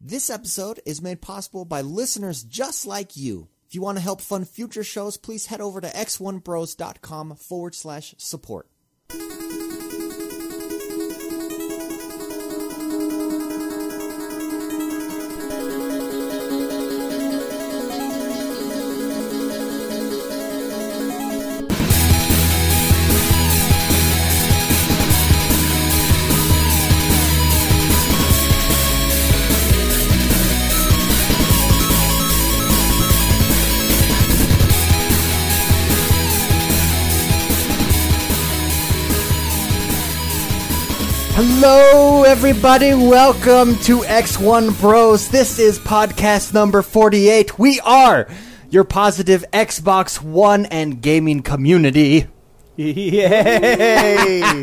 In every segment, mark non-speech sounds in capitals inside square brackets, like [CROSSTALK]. This episode is made possible by listeners just like you. If you want to help fund future shows, please head over to x1bros.com forward slash support. Hello, everybody. Welcome to X1 Bros. This is podcast number 48. We are your positive Xbox One and gaming community. [LAUGHS] Yay!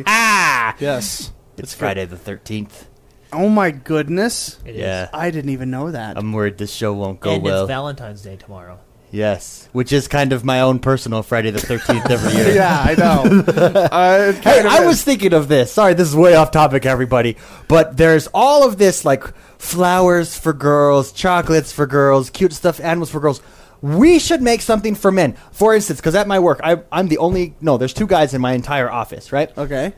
Ah! yes. It's Friday the 13th. Oh my goodness. yeah. I didn't even know that. I'm worried this show won't go and well. it's Valentine's Day tomorrow. yes. Which is kind of my own personal Friday the 13th every year. [LAUGHS] [LAUGHS] yeah, [LAUGHS] I know. uh, Hey, I was thinking of this. Sorry, this is way off topic, everybody. But there's all of this like flowers for girls, chocolates for girls, cute stuff, animals for girls. We should make something for men. For instance, because at my work, I, I'm the only. No, there's two guys in my entire office, right? okay.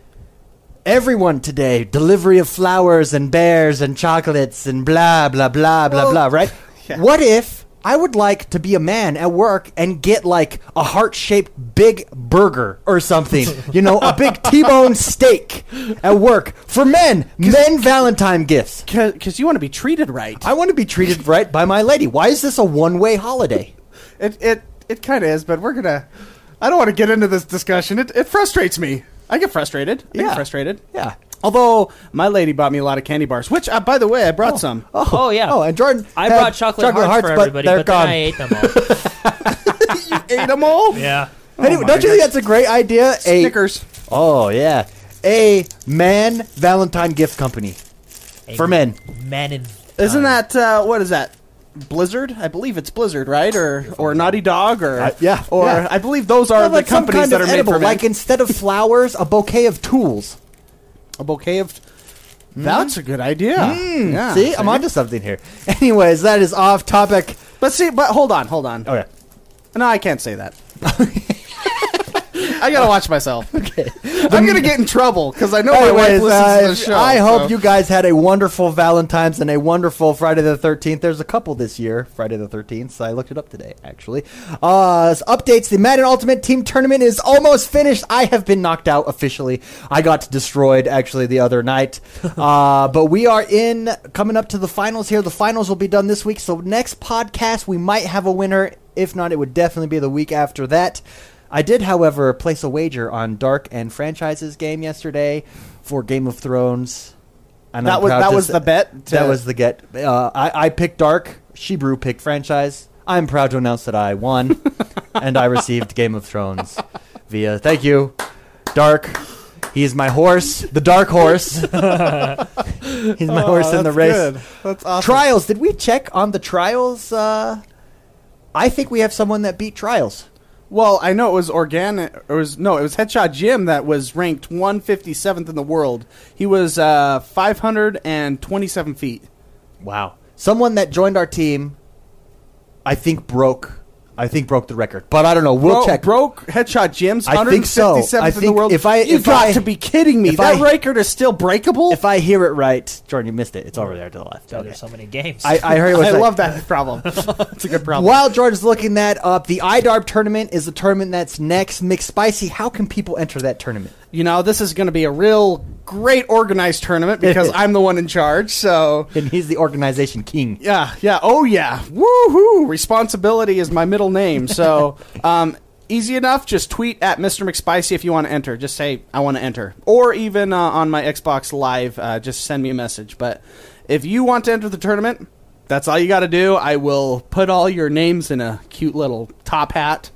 Everyone today, delivery of flowers and bears and chocolates and blah, blah, blah, blah, blah, right? [LAUGHS] Yeah. What if I would like to be a man at work and get like a heart shaped big burger or something? you know, a [LAUGHS] big T bone steak at work for men, men Valentine gifts. Because you want to be treated right. I want to be treated right by my lady. Why is this a one way holiday? It it it kind of is, but we're gonna. I don't want to get into this discussion. It it frustrates me. I get frustrated. I Yeah. get frustrated. Yeah. Although my lady bought me a lot of candy bars, which uh, by the way I brought some. Oh, [LAUGHS] Oh, yeah. Oh, and Jordan. I had brought chocolate, hearts, for everybody, they're but, gone. then I ate them all. Ate them all. yeah. Anyway, Oh my don't you think God. that's a great idea? A- Snickers. Oh yeah, a man Valentine gift company. [LAUGHS] For men. Men and Isn't that uh, what is that? Blizzard, I believe it's Blizzard, right? Or or Naughty Dog, or Uh, yeah, or yeah. I believe those Well, are the companies that are made for men. Like instead of flowers, a bouquet of tools. a bouquet of. That's a good idea. Hmm. Yeah. see, I'm onto something here. [LAUGHS] Anyways, that is off topic. But see, but hold on, hold on. Okay. No, I can't say [LAUGHS] that. I gotta watch [LAUGHS] myself. Okay. I'm gonna get in trouble because I know my wife Anyways, listens uh, to this show. I so- hope you guys had a wonderful Valentine's and a wonderful Friday the 13th. There's a couple this year, Friday the 13th, so I looked it up today, actually. Uh, as updates The Madden Ultimate Team Tournament is almost finished. I have been knocked out officially. I got destroyed, actually, the other night. uh, but we are in, coming up to the finals here. The finals will be done this week, so next podcast, we might have a winner. If not, it would definitely be the week after that. I did, however, place a wager on Dark and Franchises game yesterday for Game of Thrones. And That I'm was- proud that to was say- the bet to- That was the get. Uh, I, I picked Dark. Shebrew picked Franchise. I'm proud to announce that I won, [LAUGHS] and I received Game of Thrones via. Thank you, Dark. He is my horse, the Dark Horse. [LAUGHS] He's my horse in the Oh, that's race. good. That's awesome. Trials. Did we check on the trials? Uh, I think we have someone that beat trials. Well, I know it was organic. It was no, it was Headshot Jim that was ranked 157th in the world. He was uh, 527 feet. Wow. Someone that joined our team, I think broke. I think broke the record, but I don't know. We'll Bro- check. Broke Headshot Jim's I 157th think so. I in the think world. if I- you if got I- to be kidding me! if that I- record is still breakable. If I hear it right, Jordan, you missed it. It's over there to the left. So Okay. there's so many games. I, [LAUGHS] I heard it was I like- love that problem. [LAUGHS] it's a good problem. While Jordan's looking that up, the IDARB tournament is the tournament that's next. McSpicy, how can people enter that tournament? You know, this is going to be a real great organized tournament because [LAUGHS] I'm the one in charge. So And he's the organization king. Yeah, yeah. Oh, yeah. Woohoo! Responsibility is my middle name. [LAUGHS] So, um, easy enough. Just tweet at Mr. McSpicy if you want to enter. Just say, I want to enter. Or even uh, on my Xbox Live, uh, just send me a message. But if you want to enter the tournament, that's all you got to do. I will put all your names in a cute little top hat.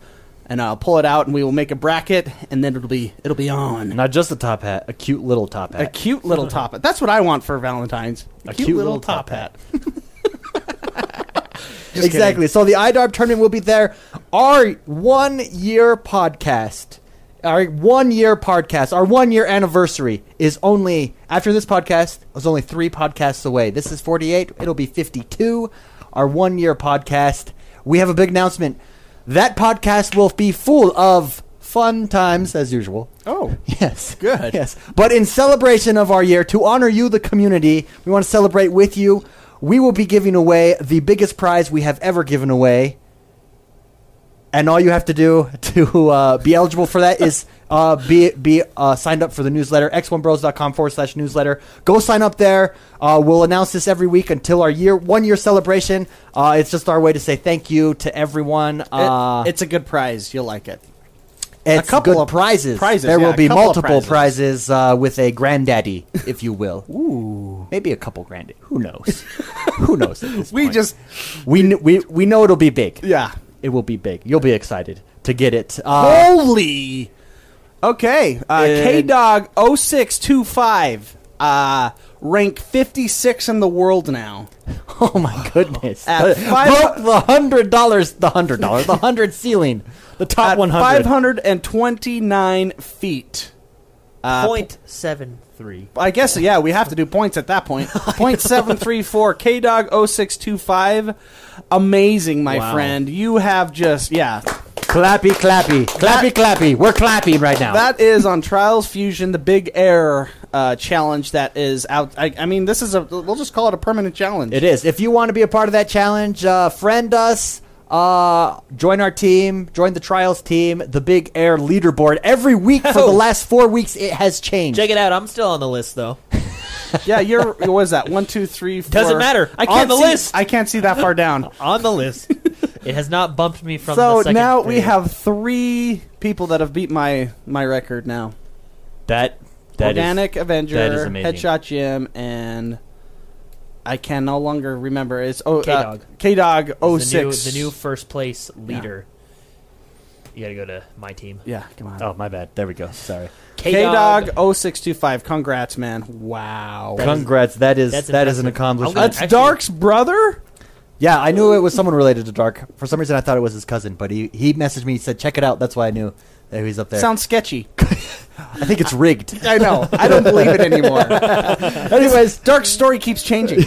And I'll pull it out, and we will make a bracket, and then it'll be it'll be on Not just a top hat, a cute little top a hat. cute little top hat. That's what I want for Valentine's. A cute little top Just exactly. So the IDARB tournament will be there. Our one year podcast our one year podcast, our one year anniversary is only after this podcast is only three podcasts away. This is 48. It'll be 52. Our one year podcast. We have a big announcement. That podcast will be full of fun times as usual. Oh. Yes. Good. Yes. But in celebration of our year, to honor you, the community, we want to celebrate with you. We will be giving away the biggest prize we have ever given away. And all you have to do [LAUGHS] to uh, be eligible for that is uh, be be uh, signed up for the newsletter, x1bros.com forward slash newsletter. Go sign up there. Uh, we'll announce this every week until our year one year celebration. Uh, it's just our way to say thank you to everyone. Uh, It- it's a good prize. You'll like it. it's A couple good of prizes. prizes, There yeah, will a be couple of multiple prizes. prizes, uh, with a granddaddy, if you [LAUGHS] will. Ooh, maybe a couple granddaddy. Who knows? Who knows? At this We point? just we kn- we we know it'll be big. yeah. it will be big. You'll be excited to get it. [LAUGHS] Uh, Holy. Okay. Uh, And- K Dog 0625. Uh, rank 56 in the world now. oh, my goodness! At Uh, five- broke the hundred dollars, the hundred dollars, the hundred ceiling, the top At one hundred. 529 feet. Point seven three. I guess yeah, we have to do points at [LAUGHS] that point. Point seven three four oh K Dog 0625. Amazing, my Wow. friend. You have just yeah. Clappy, clappy, clappy, clappy. We're clapping right now. That is on Trials Fusion, the big air uh, challenge that is out. I, I mean, this is a we'll just call it a permanent challenge. It is. If you want to be a part of that challenge, uh, friend us, uh, join our team, join the trials team, the Big Air leaderboard. Every week for the last four weeks, it has changed. Oh. Check it out. I'm still on the list though. Yeah, you're. What is that? One, two, three, four. Doesn't matter. I On can't the see, list. I can't see that far down. On the list. it has not bumped me [LAUGHS] from. so the second now we period. have three people that have beat my my record now. that that is- Organic Avenger, that is amazing. Headshot Jim, and I can no longer remember. It's oh, K-Dog. K Dog the 06. new, the new first place leader. You got to go to my team. Yeah, come on. oh oh my bad. There we go. Sorry. K Dog K-Dog. 0625. Congrats, man. Wow. That is- Congrats. That is that's that is an impressive. accomplishment. I'll That's go- actually- Dark's brother? yeah, I knew it was someone related to Dark. For some reason, I thought it was his cousin, but he he messaged me. He said, "Check it out." That's why I knew that he was up there. Sounds sketchy. [LAUGHS] I think it's rigged. I know. I don't believe it [LAUGHS] anymore. Anyways, Dark's story keeps changing.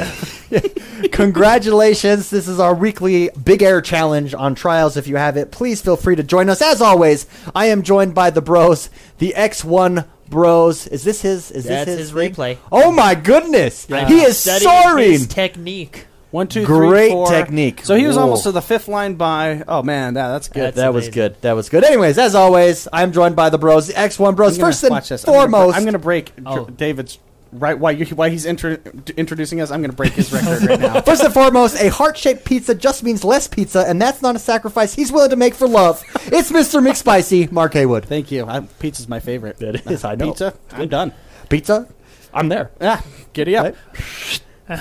Congratulations. This is our weekly Big Air Challenge on trials. If you have it, please feel free to join us. As always, I am joined by the bros, the X1 bros. Is this his? Is That's this his, his thing? replay. Oh my goodness. I've He is studied soaring. his [LAUGHS] technique. One, two, three, Great four. technique. So he was Whoa. almost to the fifth line by. Oh, man. That, that's good. That's that was amazing. good. That was good. Anyways, as always, I'm joined by the bros, the X1 bros. I'm gonna- First and watch this. I'm gonna- foremost, I'm going to break Oh. Dr- David's right while you while he's intro- introducing us. I'm going to break his record right [LAUGHS] now. First and foremost, a heart-shaped pizza just means less pizza, and that's not a sacrifice he's willing to make for love. It's Mr. McSpicy, Mark Haywood. Thank you. I, pizza's my favorite. It is, I know. Pizza. I'm done. Pizza? I'm there. Yeah. Giddy up. Right?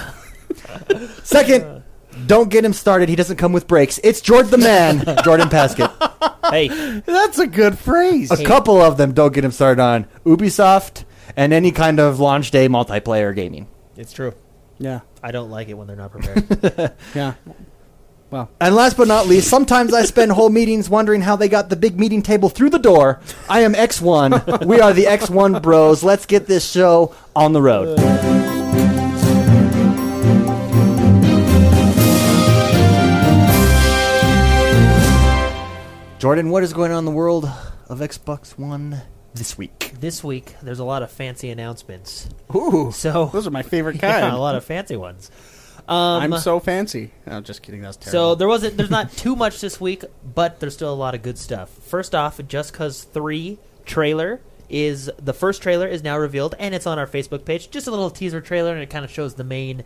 Second, don't get him started. He doesn't come with breaks. It's George the Man, Jordan Paskett. Hey, That's a good phrase. A couple of them don't get him started on Ubisoft and any kind of launch day multiplayer gaming. it's true. Yeah. I don't like it when they're not prepared. [LAUGHS] Yeah. And last but not least, sometimes I spend whole meetings wondering how they got the big meeting table through the door. I am X1. We are the X1 Bros. Let's get this show on the road. Jordan, what is going on in the world of Xbox One this week? this week, there's a lot of fancy announcements. Ooh. So Those are my favorite kind. [LAUGHS] yeah, a lot of fancy ones. Um, I'm so fancy. I'm just kidding. That's So terrible. there wasn't. [LAUGHS] There's not too much this week, but there's still a lot of good stuff. First off, Just Cause Three trailer is the first trailer is now revealed, and it's on our Facebook page. Just a little teaser trailer, and it kind of shows the main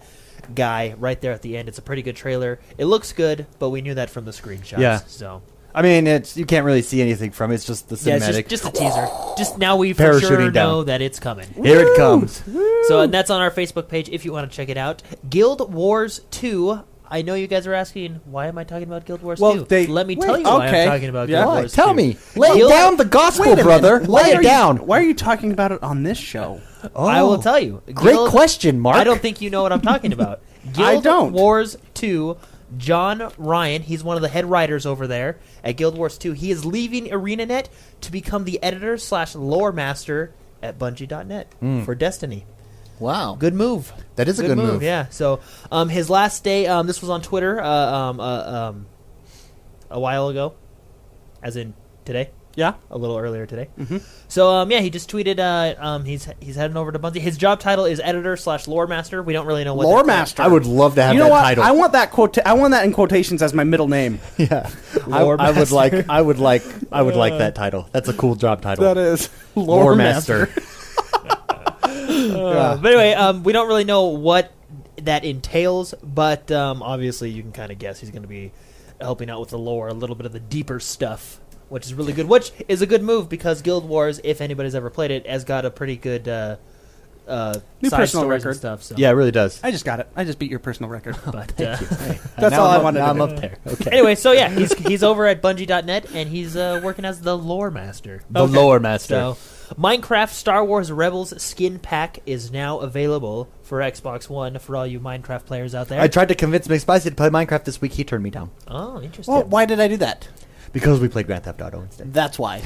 guy right there at the end. It's a pretty good trailer. It looks good, but we knew that from the screenshots. Yeah. So I mean, it's you can't really see anything from it. It's just the yeah, it's cinematic. just, just a teaser. Just now we for sure Parachuting down. know that it's coming. Here it comes. So, and that's on our Facebook page if you want to check it out. Guild Wars 2. I know you guys are asking, why am I talking about Guild Wars Well, 2? they- Let me wait, tell you why okay. I'm talking about Yeah. Guild Why? Wars Tell 2. me. Lay Guild- down the Wait a gospel, minute. brother. Why Lay are it you- down. why are you talking about it on this show? I will tell you. Great Guild- question, Mark. I don't think you know what I'm talking about. Guild I don't. Wars 2 John Ryan, he's one of the head writers over there at Guild Wars 2. He is leaving ArenaNet to become the editor slash lore master at Bungie.net for Destiny. Wow. Good move. That is a good move. Yeah. So um, his last day. Um, this was on Twitter. Uh, um, uh, um, a while ago, as in today. Yeah. A little earlier today. Mm-hmm. So um, yeah, he just tweeted. Uh, um, he's he's heading over to Bungie. His job title is editor slash lore master. We don't really know what Lore that's- master. I would love to have you know that what? title. I want that quote. I want that in quotations as my [LAUGHS] middle name. Yeah, I, Lore I would master. like. I would like. I would like that title. That's a cool job title. is Lore, master. [LAUGHS] Uh, but anyway, um, we don't really know what that entails, but um, obviously you can kind of guess he's going to be helping out with the lore, a little bit of the deeper stuff, which is really good. Which is a good move because Guild Wars, if anybody's ever played it, has got a pretty good uh, uh, New side personal stories and record. stuff. So. yeah, it really does. I just got it. I just beat your personal record. But, uh, That's Now all I'm I up- wanted Now to I'm do. up there. Okay. anyway, so yeah, he's he's over at Bungie.net and he's uh, working as the lore master. the lore master. So, Minecraft Star Wars Rebels skin pack is now available for Xbox One for all you Minecraft players out there. I tried to convince McSpicy to play Minecraft this week. He turned me down oh, interesting. Well, Why did I do that? because we played Grand Theft Auto instead. That's why.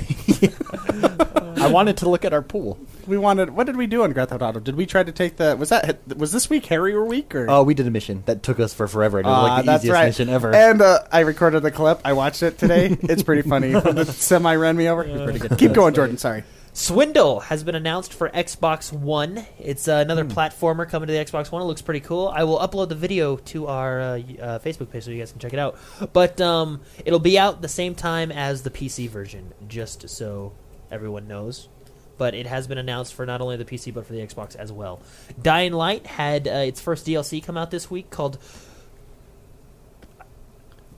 I wanted to look at our pool. We wanted. What did we do on Grand Theft Auto? Did we try to take the? Was that? Was this week Harrier week or? Oh, we did a mission that took us for forever. and It was Ah, like the that's easiest right. mission ever. And uh, I recorded the clip. I watched it today. it's pretty funny. When the semi ran me over. Keep going, Jordan. Sorry. Swindle has been announced for Xbox One. It's uh, another platformer coming to the Xbox One. It looks pretty cool. I will upload the video to our uh, y- uh, Facebook page so you guys can check it out. But um, it'll be out the same time as the PC version, just so everyone knows. But it has been announced for not only the PC but for the Xbox as well. Dying Light had uh, its first DLC come out this week called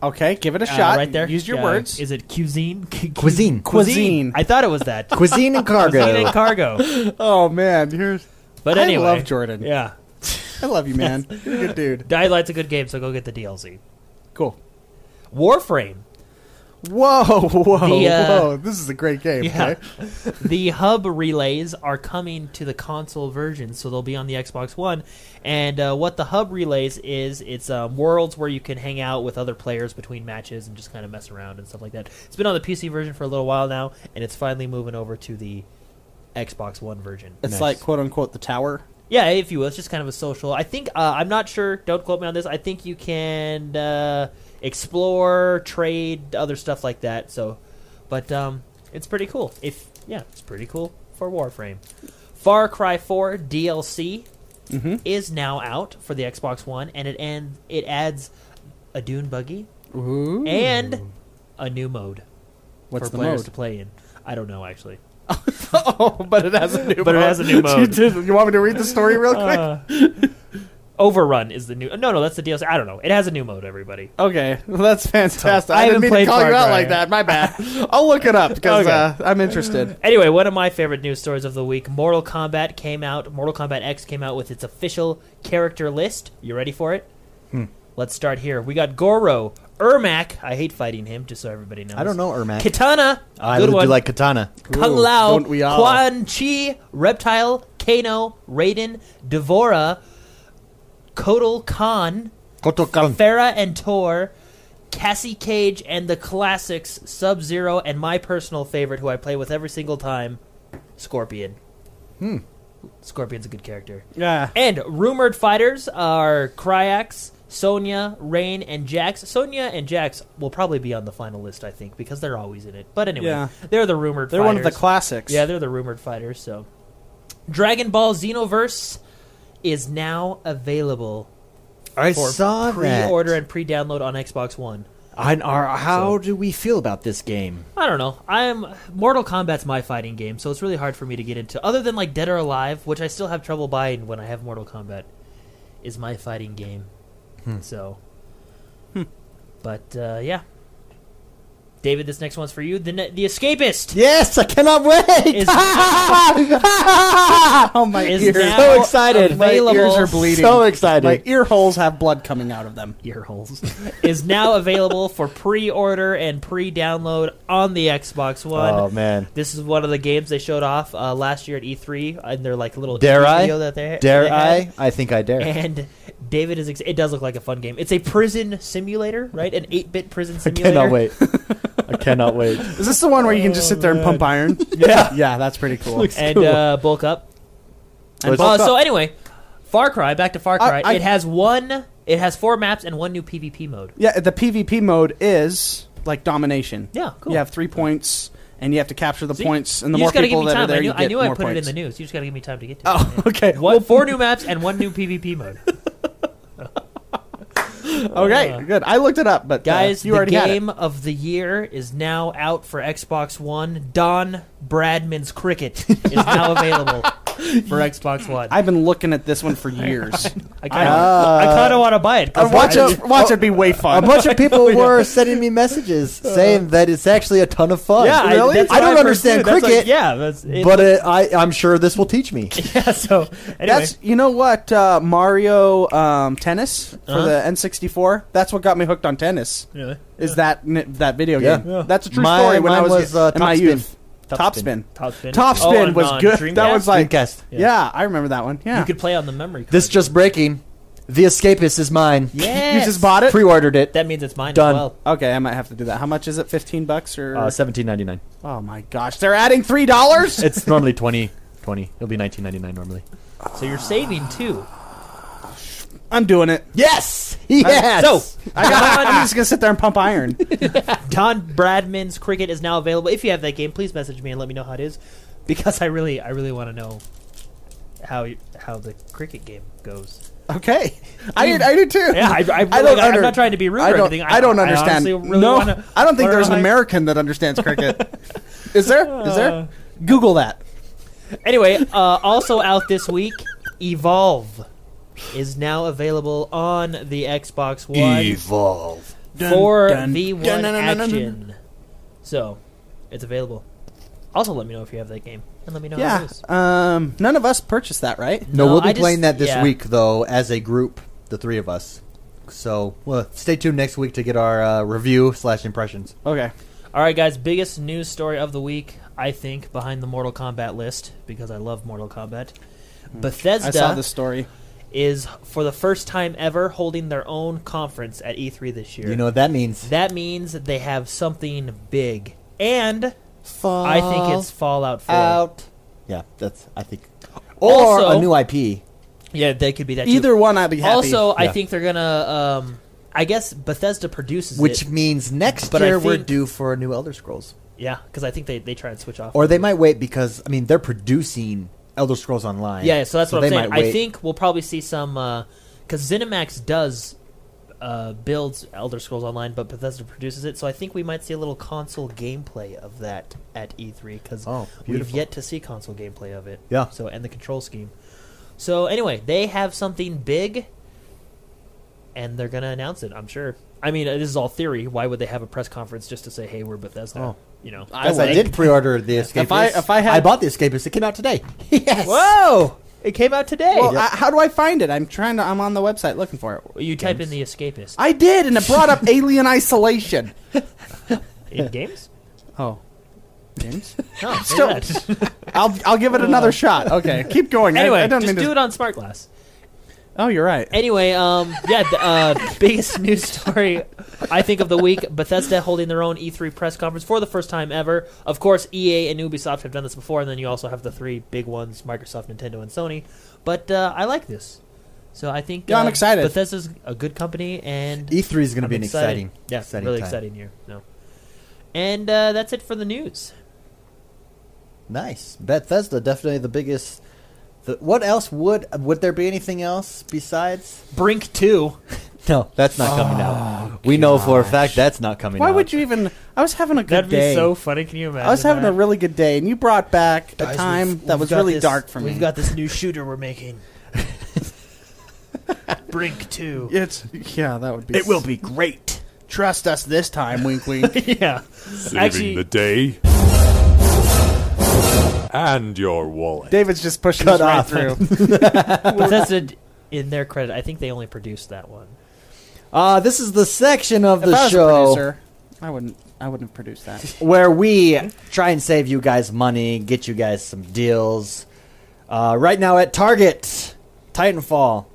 Okay, give it a uh, shot. right there. Use your Uh, words. Is it cuisine? Cu- cu- Cuisine. Cuisine. I thought it was [LAUGHS] [LAUGHS] that. Cuisine and Cuisine cargo. and cargo. [LAUGHS] oh man, here's. But anyway, I love Jordan. Yeah. I love you, man. You're a good dude. Dying Light's a good game, so go get the DLC. Cool. Warframe, Whoa, [LAUGHS] whoa, The, uh, whoa! This is a great game. yeah. okay? [LAUGHS] the hub relays are coming to the console version, so they'll be on the Xbox One. And uh, what the hub relays is, it's um, worlds where you can hang out with other players between matches and just kind of mess around and stuff like that. It's been on the PC version for a little while now, and it's finally moving over to the Xbox One version. It's like quote unquote the tower. Yeah, if you will. It's just kind of a social. I think uh, I'm not sure. Don't quote me on this. I think you can uh, explore, trade, other stuff like that. So, but um, it's pretty cool. If yeah, it's pretty cool for Warframe. Far Cry 4 DLC Mm-hmm. is now out for the Xbox One, and it and it adds a Dune buggy and a new mode What's for the players to mode? play in. I don't know actually. [LAUGHS] Oh, but it has a new. But it mode. has a new [LAUGHS] mode. you, did- you want me to read the story real quick? Uh, Overrun is the new. No, no, that's the DLC. I don't know. It has a new mode. Everybody. okay, well, that's fantastic. I, I haven't didn't mean to played call you Far out Cry. like that. My bad. [LAUGHS] I'll look it up because Okay. uh, I'm interested. Anyway, one of my favorite news stories of the week Mortal Kombat came out. Mortal Kombat X came out with its official character list. You ready for it? Hmm. Let's start here. We got Goro, Ermac. I hate fighting him, just so everybody knows. I don't know Ermac. Katana. I good would one. do like Katana. Kung Ooh, Lao, don't we all? Quan Chi, Reptile, Kano, Raiden, Devora, Kotal Khan, Farah and Tor, Cassie Cage, and the classics Sub Zero, and my personal favorite, who I play with every single time, Scorpion. Hmm. Scorpion's a good character. Yeah. And rumored fighters are Cryax, Sonya, Rain, and Jax. Sonya and Jax will probably be on the final list, I think, because they're always in it. But anyway, Yeah. they're the rumored They're fighters. one of the classics. Yeah, they're the rumored fighters, so. Dragon Ball Xenoverse is now available I for saw that. pre-order and pre-download on Xbox One. I, are, how do we feel about this game? I don't know. I'm Mortal Kombat's my fighting game, so it's really hard for me to get into. Other than like Dead or Alive, which I still have trouble buying when I have Mortal Kombat, is my fighting game. Hmm. So, but uh, yeah, David, this next one's for you. The ne- the [LAUGHS] Escapist Yes, I cannot wait. [LAUGHS] is [LAUGHS] Oh my Is ears! now so excited. available. My ears are bleeding. So excited. My ear holes have blood coming out of them. ear holes is now available for pre-order and pre-download on the Xbox One. oh man, This is one of the games they showed off uh, last year at E3 and their like little dare teaser video I? [LAUGHS] that they Dare they had. I? I think I dare. And David is. Ex- it does look like a fun game. It's a prison simulator, right? An eight-bit prison I simulator. cannot wait. I cannot wait. Is this the one where you can just sit there and pump iron? Yeah. yeah, that's pretty cool. Looks [LAUGHS] And cool. uh, bulk up. And Uh, bulk up. so anyway, Far Cry. Back to Far I- Cry. I- it has one. It has four maps and one new PvP mode. yeah, the PvP mode is like domination. Yeah, cool. You have three points, and you have to capture the So you- points. And the you more just gotta people give me that time. are there, I knew, you get I, knew I more put it in points. the news. You just got to give me time to get to [LAUGHS] it. Oh, [LAUGHS] okay. One, four new maps and one new PvP mode. Okay, good. I looked it up, but uh, Guys, you the already had it. game of the year is now out for Xbox One. Don Bradman's [LAUGHS] Cricket is now available for Xbox One. I, I've been looking at this one for [LAUGHS] years. Uh, kind of want to buy it. 'cause Uh, what? watch it. Watch it be way [LAUGHS] A fun. bunch [LAUGHS] of people Oh, were sending me messages saying that it's actually a ton of fun. Uh. Yeah, I- that's I, what don't I understand pursued. That's like- cricket, yeah, that's, it, but uh, I, I'm sure this will teach [LAUGHS] me. yeah. So anyway, That's you know what uh, Mario um, Tennis for Uh-huh. the N64. That's what got me hooked on tennis. really Is that n- that video Yeah. game? Yeah. That's a true My- story. When I mine was, was, uh, in my Topspin. youth, Topspin. Topspin. top spin. Topspin Oh, was on good. That Dreamcast? was like Dreamcast. yeah. I remember that one. Yeah, you could play on the memory. Card. This just breaking. The Escapist is mine. [LAUGHS] Yes. You just bought it. Pre-ordered it. That means it's mine Done. as well. okay, I might have to do that. How much is it? Fifteen bucks or? Uh, Seventeen ninety nine. oh my gosh, they're adding three dollars. It's normally twenty. Twenty. It'll be nineteen ninety nine normally. So you're saving too. I'm doing it. Yes. Yes. So I [LAUGHS] got, [LAUGHS] I'm just gonna sit there and pump iron. Don Bradman's Cricket is now available. If you have that game, please message me and let me know how it is, because I really, I really want to know how you- how the cricket game goes. Okay, I do, I do too. Yeah, I, I, I don't like, under- I'm not trying to be rude I or don't. anything. I, don't understand. honestly really no, wanna I don't think learn there's an how- American that understands cricket. [LAUGHS] is there? Is Uh, there? Google that. Anyway, uh, also out this week, Evolve is now available on the Xbox One Evolve. for Dun, dun, the one dun, dun, dun, dun, dun, dun. action. So, it's available. Also, let me know if you have that game, and let me know how it Yeah. is. Um. None of us purchased that, right? No, No, we'll be I just- playing that this yeah. week though, as a group, the three of us. So, well, stay tuned next week to get our uh, review slash impressions. Okay. All right, guys. Biggest news story of the week, I think, behind the Mortal Kombat list because I love Mortal Kombat. Bethesda Hmm. I saw this story. is for the first time ever holding their own conference at E3 this year. You know what that means? that means that they have something big, and I think it's Fallout 4. Yeah, that's I think. Or Also- a new IP. Yeah, they could be that. too. Either one, I'd be happy. also, I Yeah. think they're gonna. Um, I guess Bethesda produces Which it. means next But I year we're think- due for a new Elder Scrolls. yeah, because I think they, they try and switch off. Or they might wait because I mean they're producing Elder Scrolls Online. Yeah, so that's what I'm they saying. might I wait. think we'll probably see some because ZeniMax does uh, builds Elder Scrolls Online, but Bethesda produces it. So I think we might see a little console gameplay of that at E3 because Oh, we've beautiful. yet to see console gameplay of it. Yeah. So and the control scheme. So anyway, they have something big, and they're gonna announce it. I'm sure. I mean, this is all theory. Why would they have a press conference just to say, "Hey, we're Bethesda"? Oh. You know. I Because I, would. [LAUGHS] did pre-order the Escapist. If I- if I had- bought the Escapist. It came out today. [LAUGHS] yes. Whoa! It came out today. Well, I, how do I find it? I'm trying to. I'm on the website looking for it. you type in the escapist I did, and it brought up Alien Isolation. in games. [LAUGHS] Oh. James? [LAUGHS] No, look at Still- that. [LAUGHS] [LAUGHS] I'll I'll give it another shot. Okay, keep going. I- Anyway, I, don't just mean to- do it on smart glass. Oh, you're right. Anyway, um, yeah, the uh, biggest [LAUGHS] news story I think of the week: Bethesda holding their own E3 press conference for the first time ever. Of course, EA and Ubisoft have done this before, and then you also have the three big ones: Microsoft, Nintendo, and Sony. But uh, I like this, so I think Yeah, I'm uh, excited. Bethesda's a good company, and E3 E is going to I'm be an excited. exciting, yeah, exciting, really time. exciting year. No, and uh, that's it for the news. Nice. Bethesda definitely the biggest. The, what else would would there be anything else besides? Brink two. No, that's not coming out. We know for a fact that's not coming Oh, Why out. would you even? I was having a good That'd day. be so funny. Can you imagine? I was having that? a really good day, and you brought back a Guys, time we've- that we've was got really this- dark for me. We've got this new shooter we're [LAUGHS] making. Brink 2. it's yeah, that would be. be great. Trust us this time, wink, wink. [LAUGHS] yeah. saving Actually- the day and your wallet. [LAUGHS] David's just pushing Cut us right off. through. Bethesda, in their credit, I think they only produced that one. Uh, this is the section of if I the was a show producer, I wouldn't. I wouldn't have produced that. [LAUGHS] where we try and save you guys money, get you guys some deals. Uh, right now at Target, Titanfall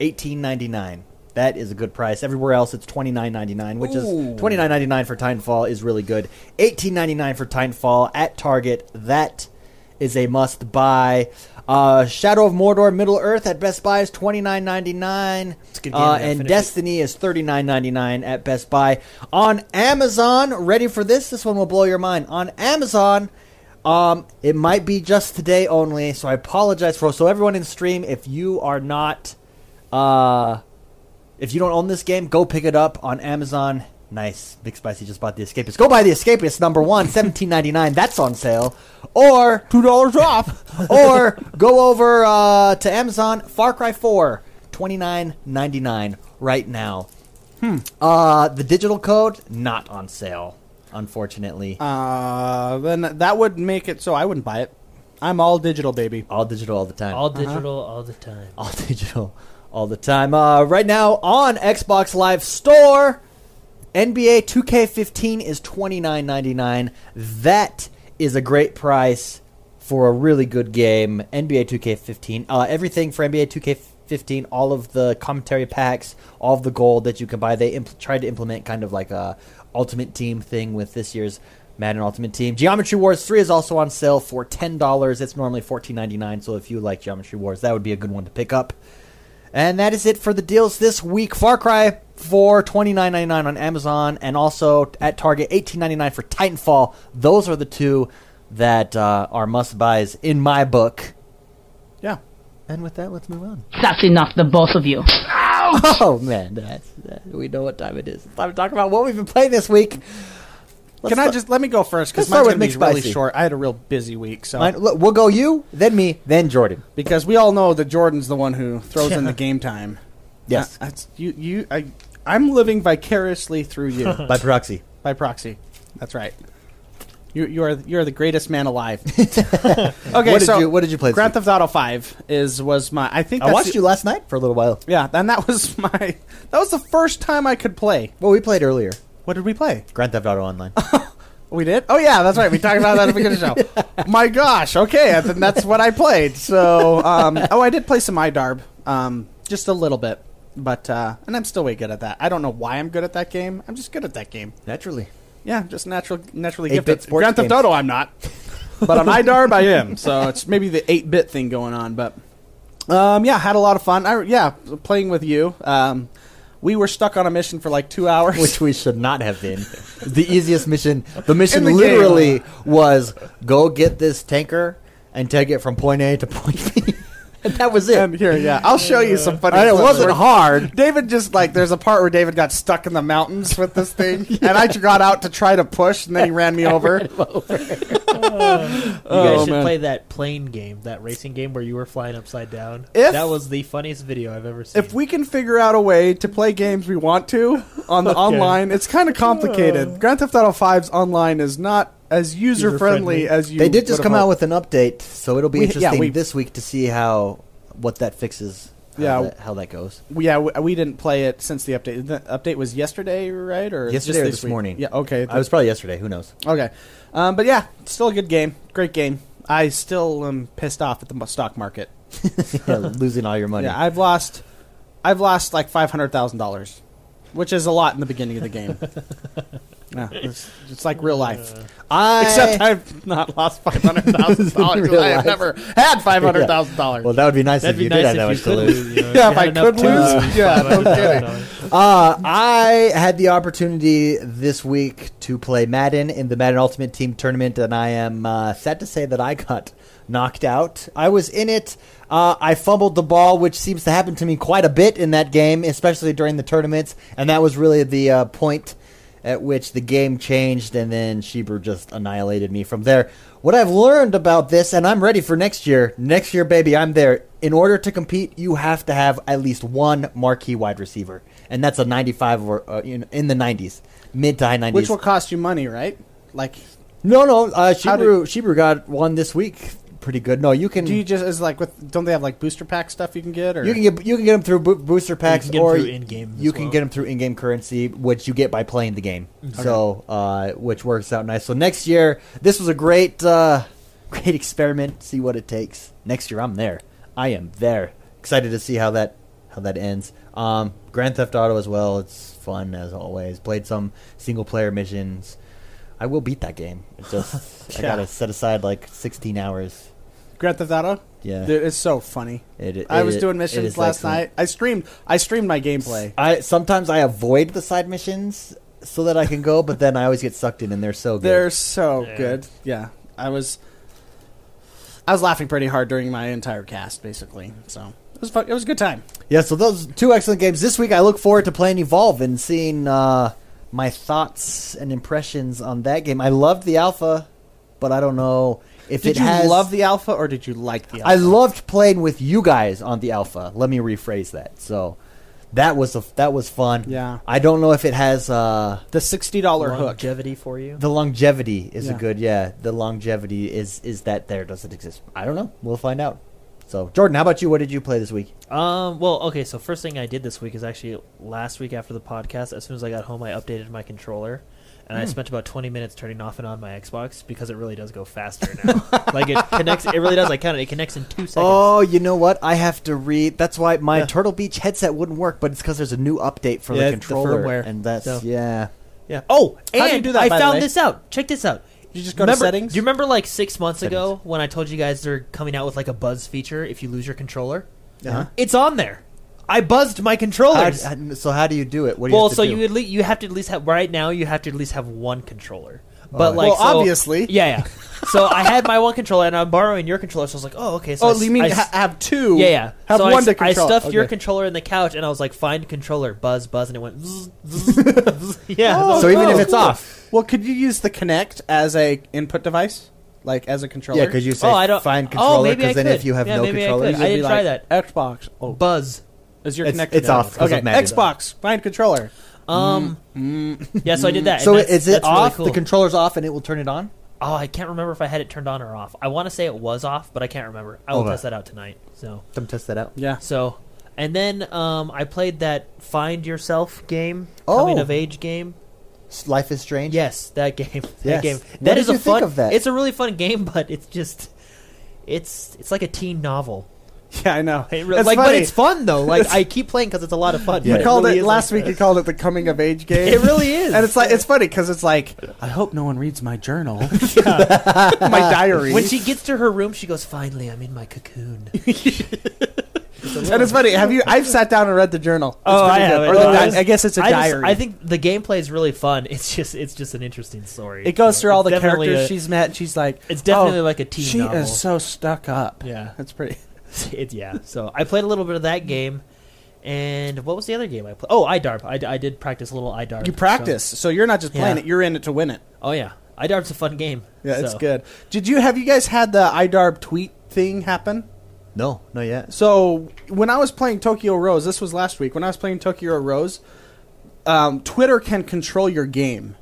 eighteen ninety nine. That is a good price. Everywhere else, it's twenty nine ninety nine, which Ooh. is twenty nine ninety nine for Titanfall is really good. Eighteen ninety nine for Titanfall at Target. That is a must buy. Uh, Shadow of Mordor, Middle Earth at Best Buy is twenty nine ninety nine, It's a good game. uh, Yeah, and finish it. Destiny is thirty nine ninety nine at Best Buy. On Amazon, ready for this? This one will blow your mind. On Amazon, um, it might be just today only, so I apologize for. So everyone in stream, if you are not, uh, if you don't own this game, go pick it up on Amazon. Nice. Big Spicy just bought The Escapist. Go buy The Escapist number one, seventeen ninety nine. That's on sale. Or two dollars off. [LAUGHS] or go over uh, to Amazon. Far Cry Four, twenty nine ninety nine right now. Hmm. Uh, the digital code not on sale, unfortunately. Uh, then that would make it so I wouldn't buy it. I'm all digital, baby. all digital all the time. all digital, all the time. [LAUGHS] all digital all the time. Uh, right now on Xbox Live Store, NBA 2K15 is $29.99. That is a great price for a really good game. NBA 2K15. Uh, everything for NBA 2K15, all of the commentary packs, all of the gold that you can buy. They impl- tried to implement kind of like a Ultimate Team thing with this year's Madden Ultimate Team. Geometry Wars 3 is also on sale for $10. It's normally $14.99, so if you like Geometry Wars, that would be a good one to pick up. And that is it for the deals this week. Far Cry for twenty nine ninety nine on Amazon, and also at Target eighteen ninety nine for Titanfall. Those are the two that uh, are must buys in my book. Yeah. And with that, let's move on. That's enough, the both of you. [LAUGHS] Oh man, that's, that, we know what time it is. It's time to talk about what we've been playing this week. Let's Can I start- just let me go first Let's because start mine's with gonna be really McSpicy. short. I had a real busy week, so Mine- look, we'll go you, then me, then Jordan. because we all know that Jordan's the one who throws [LAUGHS] in the game time. Yes. Uh, that's- you, you, I, I'm living vicariously through [LAUGHS] you By proxy. by proxy. That's right. You, you are you are the greatest man alive. [LAUGHS] okay, What did so you- what did you play this Grand week? Theft Auto Five is was my. I think I that's watched the- you last night for a little while. Yeah, and that was [LAUGHS] my. That was the first time I could play. Well, we played earlier. What did we play? Grand Theft Auto Online. We did? Oh yeah, that's right. We talked about that at the beginning of [LAUGHS] the show. My gosh. Okay, then that's what I played. So, um, oh, I did play some iDarb, um, just a little bit, but uh, and I'm still way good at that. I don't know why I'm good at that game. I'm just good at that game. [LAUGHS] Naturally. Yeah, just natural, naturally 8-bit gifted. sports Grand Theft games. Auto, I'm not, [LAUGHS] but on iDarb, I am. So it's maybe the eight bit thing going on. But um, yeah, had a lot of fun. I, yeah, playing with you. Um, we were stuck on a mission for like two hours. which we should not have been. [LAUGHS] The easiest mission. The mission In the game. literally was go get this tanker and take it from point A to point B. [LAUGHS] and that was it. And here, yeah, I'll show you some funny. and it clips wasn't where- hard. David just like there's a part where David got stuck in the mountains with this [LAUGHS] thing, and I got out to try to push, [LAUGHS] and then he ran me over. You guys Oh, should man. play that plane game, that racing game where you were flying upside down. If- that was the funniest video I've ever seen. If we can figure out a way to play games we want to [LAUGHS] on the online, it's kind of complicated. Grand Theft Auto 5's online is not as user friendly User-friendly. as you. They did just would've come out hoped. with an update, so it'll be We- yeah, interesting we- this week to see how what that fixes. How Yeah. that, how that goes. Yeah, we, we didn't play it since the update. The update was yesterday, right? Or just Yesterday or this this week? morning. Yeah. Okay. I was probably yesterday. Who [LAUGHS] knows? [LAUGHS] Okay, um, but yeah, still a good game, great game. I still am pissed off at the mo- stock market. Yeah, losing all your money. Yeah, I've lost, I've lost like five hundred thousand dollars, which is a lot in the beginning of [LAUGHS] the game. yeah, it's, it's like real life. I- Except I've not [LAUGHS] lost five hundred thousand [LAUGHS] dollars. Real I have life. never had five hundred thousand dollars. well, that would be nice That'd if be you nice did have that much if to you could lose. lose. you know, [LAUGHS] Yeah, you if had I enough could to lose, [LAUGHS] lose yeah, no [LAUGHS] $500,000. Uh, I had the opportunity this week to play Madden in the Madden Ultimate Team tournament, and I am uh, sad to say that I got knocked out. I was in it. Uh, I fumbled the ball, which seems to happen to me quite a bit in that game, especially during the tournaments, and that was really the uh, point at which the game changed, and then Sheber just annihilated me from there. What I've learned about this, and I'm ready for next year. Next year, baby, I'm there. In order to compete, you have to have at least one marquee wide receiver, and that's a 95 or uh, in, in the 90s, mid to high 90s. which will cost you money, right? Like, no, no, uh, How did- Sheber, Sheber got one this week, pretty good. No, you can do you just is like with? Don't they have like booster pack stuff you can get? Or You can get you can get them through bo- booster packs, You can get 'em or through in-game You as can well. get them through in-game currency, which you get by playing the game. So, uh, which works out nice. So next year, this was a great, uh, [LAUGHS] great experiment. See what it takes. Next year, I'm there. I am there. Excited to see how that how that ends. Um, Grand Theft Auto as well. It's fun as always. Played some single player missions. I will beat that game. It's just [LAUGHS] I gotta set aside like 16 hours. Grand Theft Auto. Yeah. Dude, it's so funny. It- it- I was doing it missions is last excellent. night. I streamed. I streamed my gameplay. I sometimes I avoid the side missions so that I can go, but then I always get sucked in, and they're so good. They're so good. Yeah, I was. I was laughing pretty hard during my entire cast, basically. So it was fun. It was a good time. Yeah, so those two excellent games this week. I look forward to playing Evolve and seeing uh, my thoughts and impressions on that game. I loved the alpha, but I don't know if Did it you has. love the alpha or did you like the alpha? I loved playing with you guys on the alpha. Let me rephrase that. So that was a, that was fun. Yeah. I don't know if it has uh, the sixty dollar hook. longevity for you. the longevity is Yeah. a good yeah. The longevity is is that there? Does it exist? I don't know. We'll find out. So Jordan, how about you? What did you play this week? Um. Well, okay. So first thing I did this week is actually last week after the podcast. As soon as I got home, I updated my controller, and Hmm. I spent about twenty minutes turning off and on my Xbox because it really does go faster now. [LAUGHS] like it connects. It really does. I counted. It connects in two seconds. Oh, you know what? I have to read. That's why my Turtle Beach headset wouldn't work, but it's because there's a new update for Yeah, the it's the controller, firmware. and that's So- yeah. Yeah. Oh, and How do you do that, I by the found way? this out. Check this out. Did you just go to Remember- settings? Do you remember like six months ago when I told you guys they're coming out with like a buzz feature if you lose your controller? Uh-huh. It's on there. I buzzed my How, controllers. how- so how do you do it? What do you well, have to so do? you at least, you have to at least have right now you have to at least have one controller. But yeah. like Well, so- obviously. [LAUGHS] yeah, yeah. so I had my one controller and I'm borrowing your controller. So I was like, oh, okay. So I oh, s- you mean I ha- s- have two? yeah, yeah. Have so I one s- to control. I stuffed your Okay. controller in the couch, and I was like, "Find controller, buzz, buzz," and it went. Zzz, zzz, [LAUGHS] zzz. Yeah. Oh, So even cool, if it's cool. off, Well, could you use the Connect as a input device, like as a controller? yeah, because you say oh, I don't. find oh, controller. maybe I Because then could. if you have yeah, no maybe controller, I, could. I didn't try that. Xbox. Oh, Buzz. is your It's- connected? it's off 'cause Okay, of Magic. Xbox. Find controller. Um. Mm, Yeah, so I did that. so and that's- is it that's really off? cool. The controller's off, and it will turn it on. oh, I can't remember if I had it turned on or off. I want to say it was off, but I can't remember. I will Okay. test that out tonight. So, Come test that out. Yeah. [LAUGHS] so, and then um, I played that Find Yourself game, Oh. coming of age game. S- Life is strange. Yes, that game. [LAUGHS] That Yes. game. What That did is a you think fun. of that? It's a really fun game, but it's just, it's it's like a teen novel. Yeah, I know. It really- That's like, but funny. it's [LAUGHS] fun though. Like I keep playing because it's a lot of fun. Yeah. but You called really it is last like week. You called it the coming of age game. [LAUGHS] It really is. and it's like it's funny because it's like I hope no one reads my [LAUGHS] journal, [LAUGHS] my diary. When she gets to her room, she goes, "Finally, I'm in [LAUGHS] my cocoon." and it's funny. Have you? I've sat down and read the journal. It's Oh, pretty I good. have it. Or the No, di- I just- I guess it's a I just- diary. I think the gameplay is really fun. It's just it's just an interesting story. it goes So through all the it's definitely characters a- she's met. and She's like, It's definitely oh, like a teen She novel. is so stuck up. Yeah. that's [LAUGHS] pretty. It's yeah. So I played a little bit of that game, and what was the other game I played? Oh, IDARB. I, d- I did practice a little IDARB. You practice, So- so, you're not just playing Yeah. it. You're in it to win it. oh yeah, IDARB's a fun game. Yeah, it's So- good. Did you have you guys had the iDarb tweet thing happen? No, not yet. So when I was playing Tokyo Rose, this was last week. When I was playing Tokyo Rose, um, Twitter can control your game,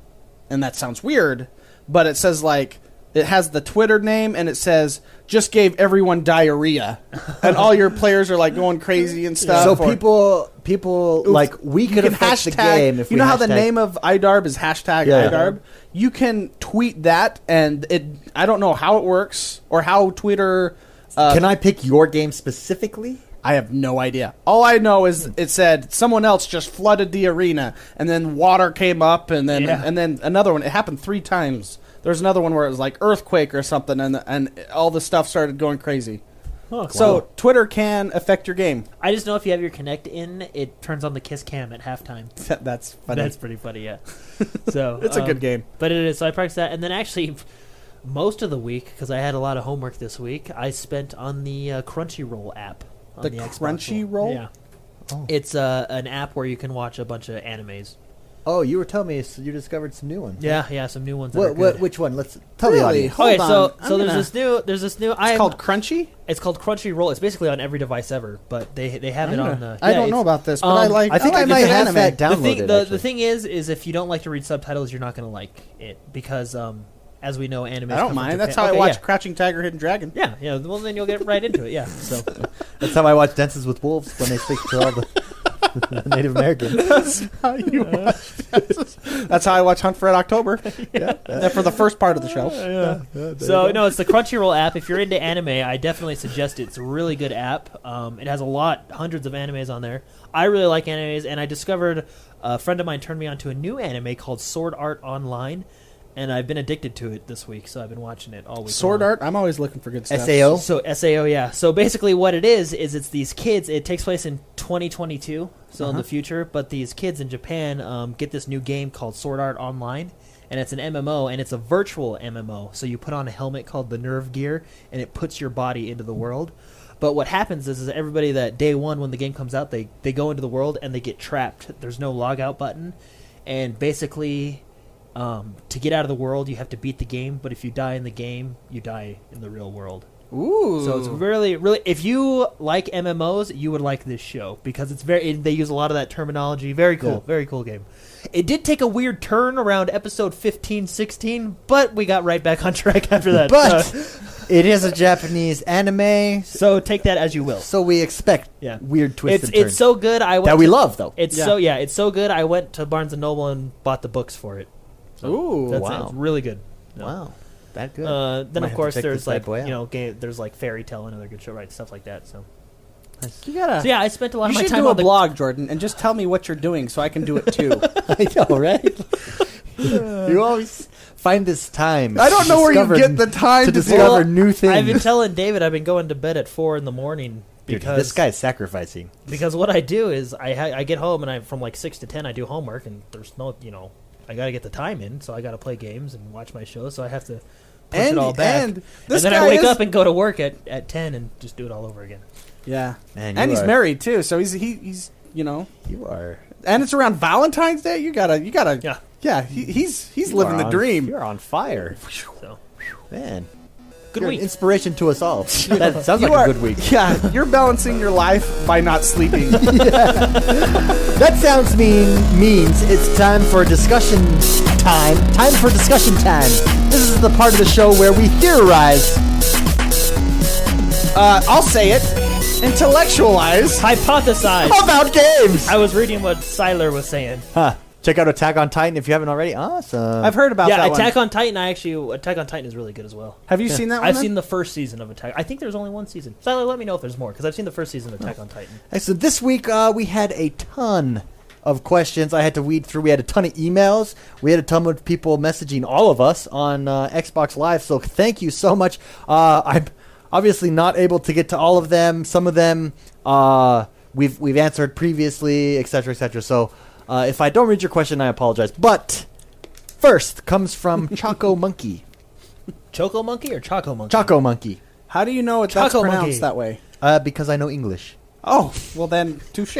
and that sounds weird, but it says like it has the Twitter name and it says just gave everyone diarrhea, and all your players are like going crazy and stuff. So or- people, people like we you could can affect the hashtag- game if you we know how the hashtag- name of idarb is hashtag Yeah. idarb you can tweet that and it i don't know how it works or how twitter uh, Can I pick your game specifically? I have no idea. All I know is it said someone else just flooded the arena, and then water came up, and then Yeah. and then another one. It happened three times. There's another one where it was like earthquake or something, and and all the stuff started going crazy. Oh, So cool. Twitter can affect your [LAUGHS] game. I just know if you have your Connect in, it turns on the Kiss Cam at halftime. [LAUGHS] That's funny. That's pretty [LAUGHS] funny, yeah. So It's a good um, game. but it is. So I practiced that, and then actually, [LAUGHS] most of the week because I had a lot of homework this week, I spent on the uh, Crunchyroll app. On The the, Xbox Crunchyroll? Oh. yeah. It's uh, an app where you can watch a bunch of animes. Oh, you were telling me s- you discovered some new ones. Yeah, yeah, some new ones. That are What, what, good. which one? Let's tell the Really? audience. Hold okay, so on, so I'm there's gonna- this new there's this new. It's called Crunchy. it's called Crunchyroll. It's basically on every device ever, but they they have it on the. I yeah, don't know it's- about this, but um, I like. I think I, like might good have anime. that downloaded. the thing, the, actually. the thing is, is if you don't like to read subtitles, you're not going to like it because, um, as we know, anime. I don't mind. That's how I watch Crouching Tiger, Hidden Dragon. Yeah, [LAUGHS] yeah. Well, then you'll get right into it. Yeah. So That's how I watch Dances with Wolves when they speak to all the [LAUGHS] Native American. How [LAUGHS] you watch- That's how I watch Hunt for Red October. [LAUGHS] Yeah, for the first part of the show. [LAUGHS] So no, it's the Crunchyroll app. If you're into anime, I definitely suggest it. It's a really good app. Um, it has a lot, hundreds of animes on there. I really like animes, and I discovered a friend of mine turned me onto a new anime called Sword Art Online, and I've been addicted to it this week. So I've been watching it all week. Sword long. art. I'm always looking for good stuff. Sao. So Sao, yeah. So basically, what it is is it's these kids. It takes place in 2022, so in the future. But these kids in Japan um, get this new game called Sword Art Online, and it's an MMO, and it's a virtual MMO. So you put on a helmet called the Nerve Gear, and it puts your body into the world. But what happens is, is everybody that day one when the game comes out, they they go into the world and they get trapped. There's no logout button, and basically. Um, to get out of the world, you have to beat the game. But if you die in the game, you die in the real world. Ooh. So it's really, really. If you like MMOs, you would like this show because it's very. It, they use a lot of that terminology. Very cool. Very cool game. It did take a weird turn around episode 15, 16, but we got right back [LAUGHS] on track after that. But Uh, it is a Japanese anime, so take that as you will. so we expect Yeah. weird twists It's and turns it's so good. I went that we to- love, though. It's so yeah. It's so good. I went to Barnes and Noble and bought the books for it. Ooh. That's wow. it's really good. No. wow, that good. Uh, then Might have of to course check there's this bad like boy out. you know game, there's like Fairy Tale another good show right stuff like that. So, you gotta. so yeah, I spent a lot you of my should time do a on the blog, Jordan, and just tell me what you're doing so I can do it [LAUGHS] too. [LAUGHS] I know, right? you always find this time. I don't to know where you discover- get the time to to do discover all- new things. I've been telling David I've been going to bed at four in the morning Dude, because this guy's sacrificing. because what I do is I ha- I get home and I from like six to ten I do homework and there's no you know I got to get the time in so I got to play games and watch my shows so I have to push And- it all back and this then I guy wake is- up and go to work at, at ten and just do it all over again. yeah. Man, and you he's are- married too, so he's he, he's you know, You are and it's around Valentine's Day. You gotta you gotta Yeah. yeah. He, he's he's you living are the on- dream. You're on fire, So man. good You're an week. inspiration to us [LAUGHS] all. that sounds You like are- a good week. Yeah, you're balancing your life by not sleeping. [LAUGHS] That sounds mean means it's time for discussion time. Time for discussion time. This is the part of the show where we theorize. uh, I'll say it. Intellectualize Hypothesize. about games. I was reading what Siler was saying. Huh. Ah, Check out Attack on Titan if you haven't already. Awesome. I've heard about yeah, that Attack one. on Titan. I actually Attack on Titan is really good as well. Have you seen that one? I've then? seen the first season of Attack. I think there's only one season. Siler, let me know if there's more because I've seen the first season of Attack on Titan. So this week uh, we had a ton of questions I had to weed through. We had a ton of emails. We had a ton of people messaging all of us on uh, Xbox Live. So thank you so much. Uh, I'm obviously not able to get to all of them. Some of them uh, we've we've answered previously, etc., etc. So uh, if I don't read your question, I apologize. But first comes from Choco Monkey. Choco Monkey or Choco Monkey? Choco Monkey. How do you know it's that's Choco pronounced monkey. that way? Uh, because I know English. Oh, well then, touche.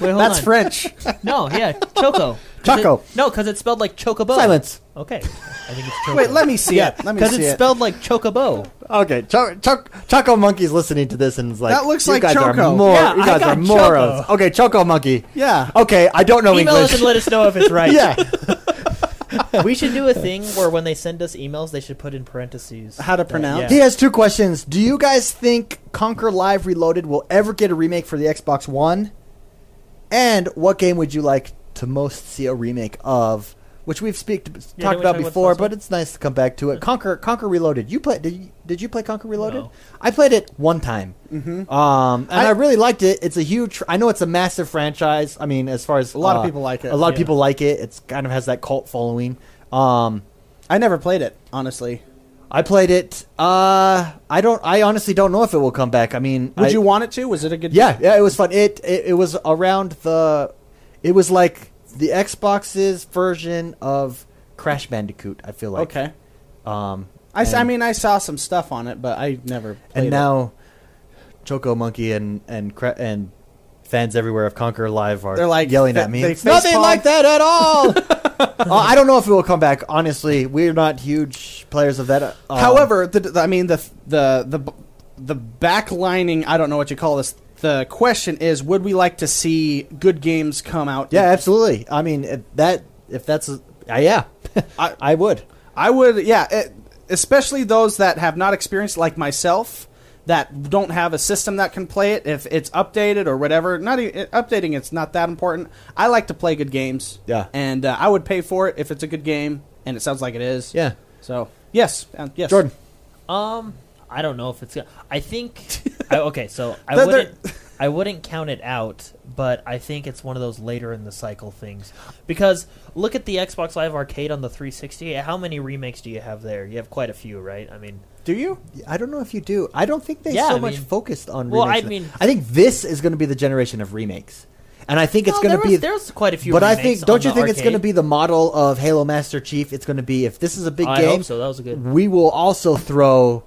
Wait, hold that's on. French. [LAUGHS] No, yeah, Choco. 'Cause Choco. it- no, because it's spelled like Chocobo. Silence. Okay. I think it's Choco. Wait, let me see Yeah, it. Let me because see it's it. spelled like Chocobo. Okay, Cho- Cho- Choco Monkey's listening to this and is like, That looks you like guys Choco." Are more, Yeah, you I guys got are morons. Okay, Choco Monkey. yeah. Okay, I don't know Oh, Email us English. and let us know [LAUGHS] if it's right. [LAUGHS] yeah, We should do a thing where when they send us emails, they should put in parentheses. How to that- pronounce. he yeah. has two questions. Do you guys think Conquer Live Reloaded will ever get a remake for the Xbox One? And what game would you like to most see a remake of? Which we've speak we talked talked about about before, this one? but it's nice to come back to it. Conquer Conquer Reloaded. You play? Did you, did you play Conquer Reloaded? No. I played it one time. Mm-hmm. Um, and I, really liked it. It's a huge. I know it's a massive franchise. I mean, as far as a lot of people like it, A lot of yeah. people like it. It's kind of has that cult following. Um, I never played it, honestly. I played it. Uh, I don't. I honestly don't know if it will come back. I mean, Would I- you want it to? Was it a good? Yeah, yeah, it was fun. It, it it was around the. It was like the Xbox's version of Crash Bandicoot. I feel like. Okay. Um, I, s- I and- mean, I saw some stuff on it, but I never. Played and it. now, Choco Monkey and and Cra- and fans everywhere of Conquer Live are They're like- yelling at they- me. they It's nothing facepalm. like that at [LAUGHS] all. Uh, I don't know if it will come back. Honestly, we're not huge players of that. uh, um, However, the, the, I mean the the the b- the backlining. I don't know what you call this. The question is, would we like to see good games come out? yeah, absolutely. I mean, if that if that's uh, yeah, [LAUGHS] I, I would. I would. Yeah, it, especially those that have not experienced, like myself, that don't have a system that can play it if it's updated or whatever. Not e- updating it's not that important. I like to play good games. Yeah. and uh, I would pay for it if it's a good game, and it sounds like it is. Yeah. So yes, uh, yes, Jordan. Um, I don't know if it's. gonna- I think. [LAUGHS] I, okay, so I They're- they're- wouldn't. I wouldn't count it out, but I think it's one of those later in the cycle things. Because look at the Xbox Live Arcade on the 360. How many remakes do you have there? You have quite a few, right? I mean, Do you? I don't know if you do. I don't think they Yeah, so I much mean- focused on. Well, remakes. I mean- I think this is going to be the generation of remakes, and I think it's no, going there to be. was- there's quite a few. but I remakes think, on don't you the think it's going to arcade. be the model of Halo Master Chief? It's going to be if this is a big I game, hope so. That was a good. we will also throw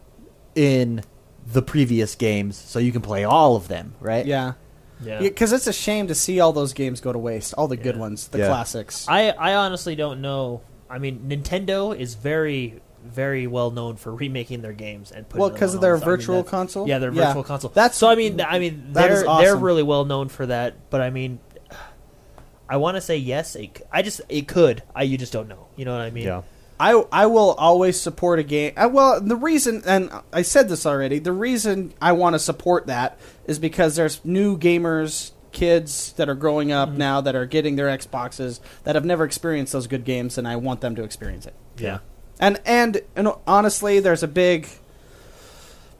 in the previous games so you can play all of them, right? yeah. Mm-hmm. Yeah. Because it's a shame to see all those games go to waste. All the good ones, the Yeah. classics. I I honestly don't know. I mean, Nintendo is very very well known for remaking their games and putting Well, them 'cause on of their all the- I mean, virtual that's- console? Yeah, their Yeah. virtual console. That's- That's so. I mean, th- I mean, That they're is awesome. they're really well known for that. But I mean, I want to say yes. It, c- I just it could. I you just don't know. You know what I mean? Yeah. I I will always support a game. I, well, the reason, and I said this already, the reason I want to support that is because there's new gamers, kids that are growing up now that are getting their Xboxes that have never experienced those good games, and I want them to experience it. Yeah. And and and honestly, there's a big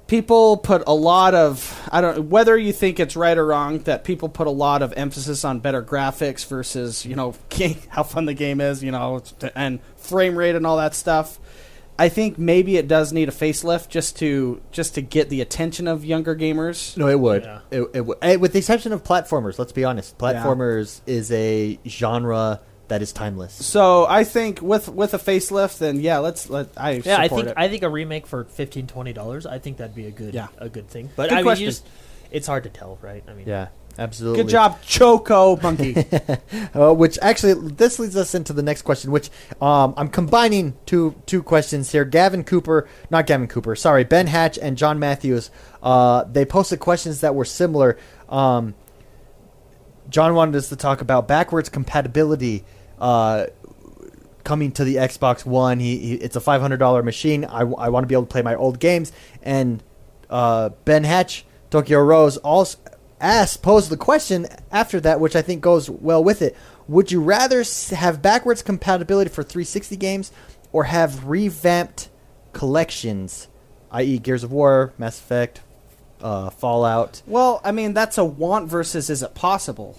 people put a lot of I don't whether you think it's right or wrong that people put a lot of emphasis on better graphics versus you know [LAUGHS] game, how fun the game is you know and frame rate and all that stuff. I think maybe it does need a facelift just to just to get the attention of younger gamers. No, it would. Yeah. It, it would. Eh, With the exception of platformers, let's be honest. Platformers is a genre that is timeless. So I think with with a facelift, then yeah, let's let I Yeah, I support think it. I think a remake for 15 dollars. I think that'd be a good Yeah. a good thing. But Good I mean, question. you just, it's hard to tell, right? I mean, Yeah, absolutely. Good job, Choco Monkey. [LAUGHS] Uh, which actually, this leads us into the next question, which um, I'm combining two two questions here. Gavin Cooper, not Gavin Cooper, sorry, Ben Hatch and John Matthews. Uh, they posted questions that were similar. Um, John wanted us to talk about backwards compatibility. Uh, coming to the Xbox One. He, he it's a five hundred dollar machine. I, want to be able to play my old games. And uh, Ben Hatch, Tokyo Rose, also asked posed the question after that, which I think goes well with it. Would you rather s- have backwards compatibility for 360 games, or have revamped collections, i.e., Gears of War, Mass Effect, uh, Fallout? Well, I mean, that's a want versus is it possible?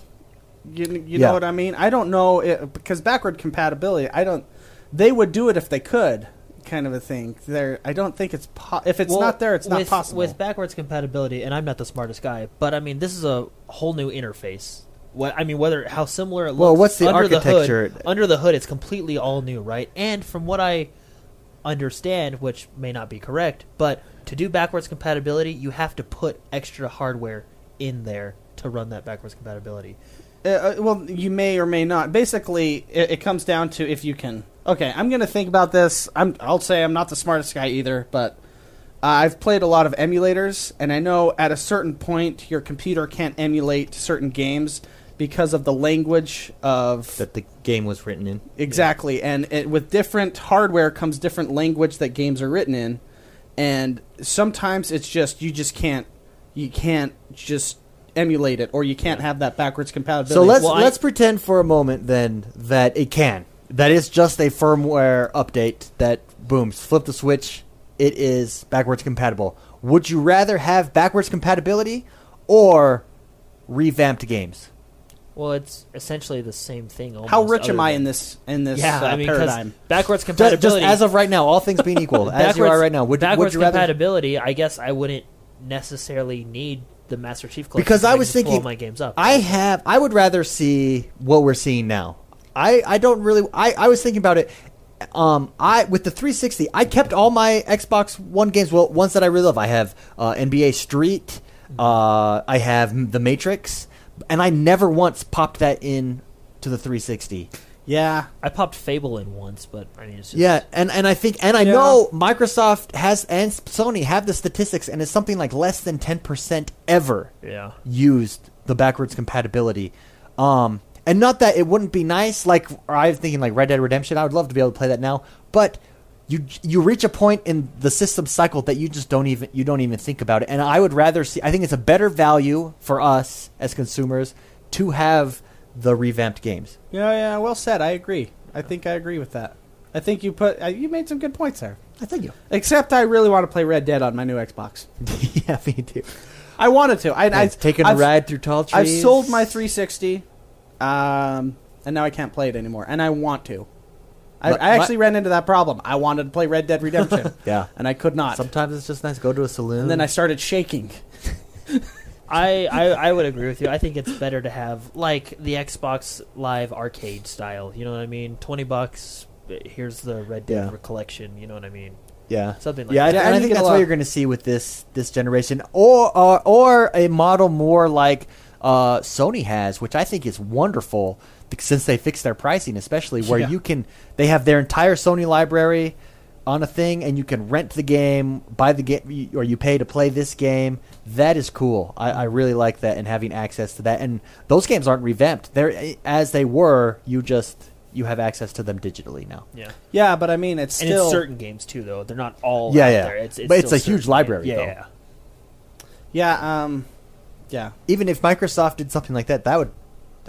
You, you Yeah. know what I mean? I don't know it, because backward compatibility. I don't. They would do it if they could, kind of a thing. There, I don't think it's po- if it's Well, not there, it's not with- possible. With backwards compatibility, and I'm not the smartest guy, but I mean, this is a whole new interface. What I mean, whether how similar it looks. Well, what's the under The architecture? hood, under the hood, it's completely all new, right? And from what I understand, which may not be correct, but to do backwards compatibility, you have to put extra hardware in there to run that backwards compatibility. Uh, uh, well, you may or may not. Basically, it, it comes down to if you can. Okay, I'm going to think about this. I'm, I'll say I'm not the smartest guy either, but uh, I've played a lot of emulators, and I know at a certain point your computer can't emulate certain games because of the language of That the game was written in. exactly and it, with different hardware comes different language that games are written in and sometimes it's just you just can't you can't just emulate it or you can't have that backwards compatibility So let's Well, I- let's pretend for a moment then that it can. That it's just a firmware update that boom, flip the switch, it is backwards compatible. Would you rather have backwards compatibility or revamped games? Well, it's essentially the same thing. Almost, how rich other am i than- in this in this Yeah, uh, I mean, 'cause paradigm backwards Just, just compatibility. as of right now, all things being [LAUGHS] equal, as you are right now, would, would backwards you rather? compatibility, I guess I wouldn't necessarily need the Master Chief collection Because I can was just pull thinking, my games up. I have. I would rather see what we're seeing now. I, I don't really. I, I was thinking about it. Um, I with the 360, I kept all my Xbox One games. Well, ones that I really love. I have uh, NBA Street. Mm-hmm. Uh, I have The Matrix, and I never once popped that in to the 360. yeah I popped Fable in once, but I mean, it's just, Yeah, and, and I think and I Yeah. know Microsoft has and Sony have the statistics, and it's something like less than 10% ever yeah. used the backwards compatibility. Um, and not that it wouldn't be nice, like or I was thinking like Red Dead Redemption. I would love to be able to play that now, but you you reach a point in the system cycle that you just don't even you don't even think about it. And I would rather see. I think it's a better value for us as consumers to have the revamped games. Yeah, yeah. Well said. I agree. I think I agree with that. I think you put uh, you made some good points there. I think you. Except I really want to play Red Dead on my new Xbox. [LAUGHS] yeah, me too. I wanted to. I, I I've taken a I've- ride through tall I've trees. sold my 360, um, and now I can't play it anymore. And I want to. I, But- I actually ran into that problem. I wanted to play Red Dead [LAUGHS] Redemption, Yeah. and I could not. Sometimes it's just nice. Go to a saloon. and then I started shaking. I, I I would agree with you. I think it's better to have like the Xbox Live arcade style. You know what I mean? Twenty bucks. but Here's the Red Dead Yeah. collection. You know what I mean? Yeah, Something like yeah, I, that. Yeah, and I I need to think get that's a what lot- you're going to see with this this generation, or or, or a model more like uh, Sony has, which I think is wonderful bec- since they fixed their pricing, especially where Yeah. you can they have their entire Sony library on a thing, and you can rent the game, buy the game, or you pay to play this game. That is cool. I, I really like that, and having access to that. And those games aren't revamped; they're eh, as they were. You just you have access to them digitally now. Yeah. Yeah, but I mean, it's And still it's certain games too, though. They're not all. Yeah, out yeah. There. It's, it's But it's still a huge certain library, games. though. Yeah, yeah. yeah, um, yeah. even if Microsoft did something like that, that would.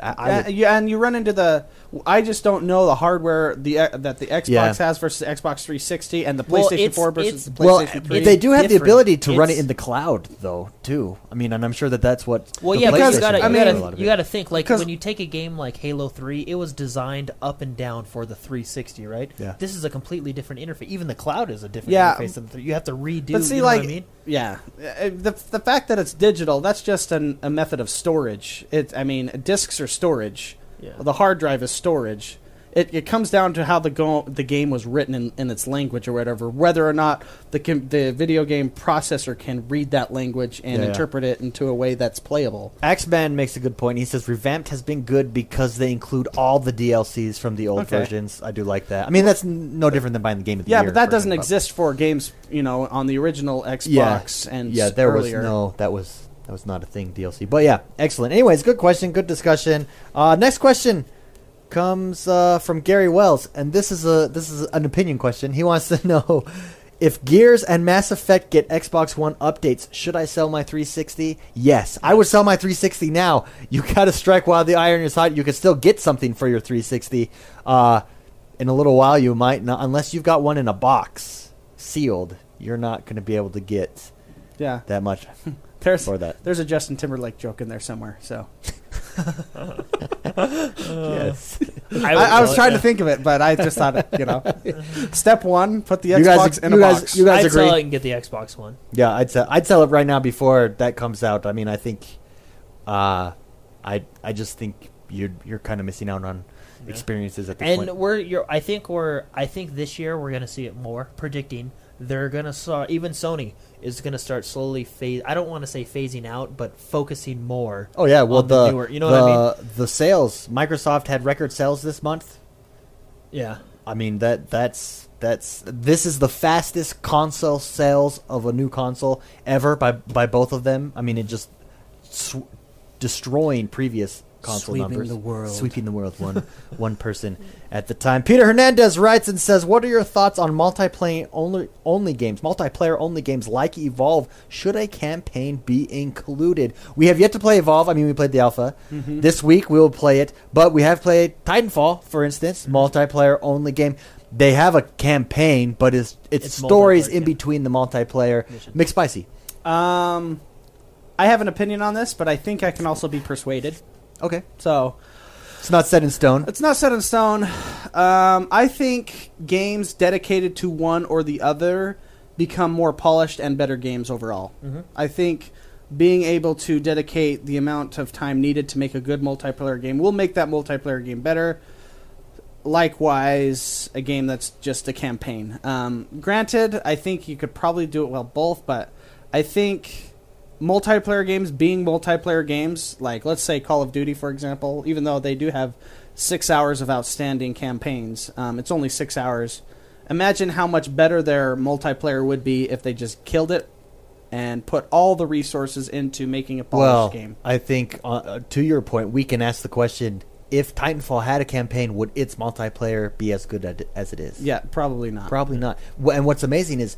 I, I Uh, would yeah, and you run into the. I just don't know the hardware the uh, that the Xbox Yeah. has versus Xbox 360 and the PlayStation Well, it's- 4 versus it's- the PlayStation well, 3. they do have the different. ability to run it It's- in the cloud, though. Too. I mean, and I'm sure that that's what. Well, the yeah, because PlayStation you gotta, does you, for mean, a lot gotta, of you it. gotta think like Because- when you take a game like Halo Three, it was designed up and down for the 360, right? Yeah. This is a completely different interface. Even the cloud is a different Yeah. interface than the three. You have to redo. but see, you know like, what I mean? yeah, Uh, the the fact that it's digital, that's just an, a method of storage. It, I mean, discs are storage. Yeah. The hard drive is storage. It, it comes down to how the go- the game was written in, in its language or whatever, whether or not the com- the video game processor can read that language and Yeah, yeah. interpret it into a way that's playable. Axeman makes a good point. He says revamped has been good because they include all the DLCs from the old Okay. versions. I do like that. I mean, that's n- no different than buying the game of the Yeah, year but that version, doesn't exist for games, you know, on the original Xbox and yeah, there earlier. was no that was that was not a thing DLC. But yeah, excellent. Anyways, good question, good discussion. Uh, next question comes uh, from Gary Wells, and this is a this is an opinion question. He wants to [LAUGHS] know if Gears and Mass Effect get Xbox One updates, should I sell my 360? Yes, I would sell my 360 now. [LAUGHS] You got to strike while the iron is hot. You can still get something for your 360. Uh, in a little while, you might not, unless you've got one in a box sealed. You're not going to be able to get Yeah, that much there's for that. there's a Justin Timberlake joke in there somewhere. So yes. I, I was trying to think of it, but I just thought, you [LAUGHS] know, step one, put the You Xbox guys, in you a guys, box. you guys I'd sell it agree? and get the Xbox One. Yeah, I'd sell. I'd sell it right now before that comes out. I mean, I think, uh, I I just think you're you're kind of missing out on experiences at this And point. we're, you're, I think we're, I think this year we're gonna see it more. Predicting they're gonna saw even Sony is gonna start slowly phase. I don't want to say phasing out, but focusing more. Oh yeah, well on the the newer- you know the, what I the sales. Microsoft had record sales this month. Yeah. I mean that that's that's this is the fastest console sales of a new console ever by by both of them. I mean it just sw- destroying previous console Sweeping numbers, the world. sweeping the world [LAUGHS] one one person at the time. Peter Hernandez writes and says, "What are your thoughts on multiplayer only only games? Multiplayer only games like Evolve. Should a campaign be included? We have yet to play Evolve. I mean, we played the alpha. Mm-hmm. This week we will play it, but we have played Titanfall, for instance, Mm-hmm. multiplayer only game." They have a campaign, but it's it's, It's stories multiplayer, in yeah. between the multiplayer. Mission. Mixed spicy. um, I have an opinion on this, but I think I can also be persuaded. Okay, So it's not set in stone. it's not set in stone. Um, I think games dedicated to one or the other become more polished and better games overall. I think being able to dedicate the amount of time needed to make a good multiplayer game will make that multiplayer game better. Likewise, a game that's just a campaign. Um, granted, I think you could probably do it well both, but I think multiplayer games being multiplayer games, like let's say Call of Duty, for example, even though they do have six hours of outstanding campaigns, um, it's only six hours. Imagine how much better their multiplayer would be if they just killed it and put all the resources into making a polished well, game. I think uh, uh, to your point, we can ask the question: if Titanfall had a campaign, would its multiplayer be as good at, as it is? Yeah, probably not. Probably not. Wh- And what's amazing is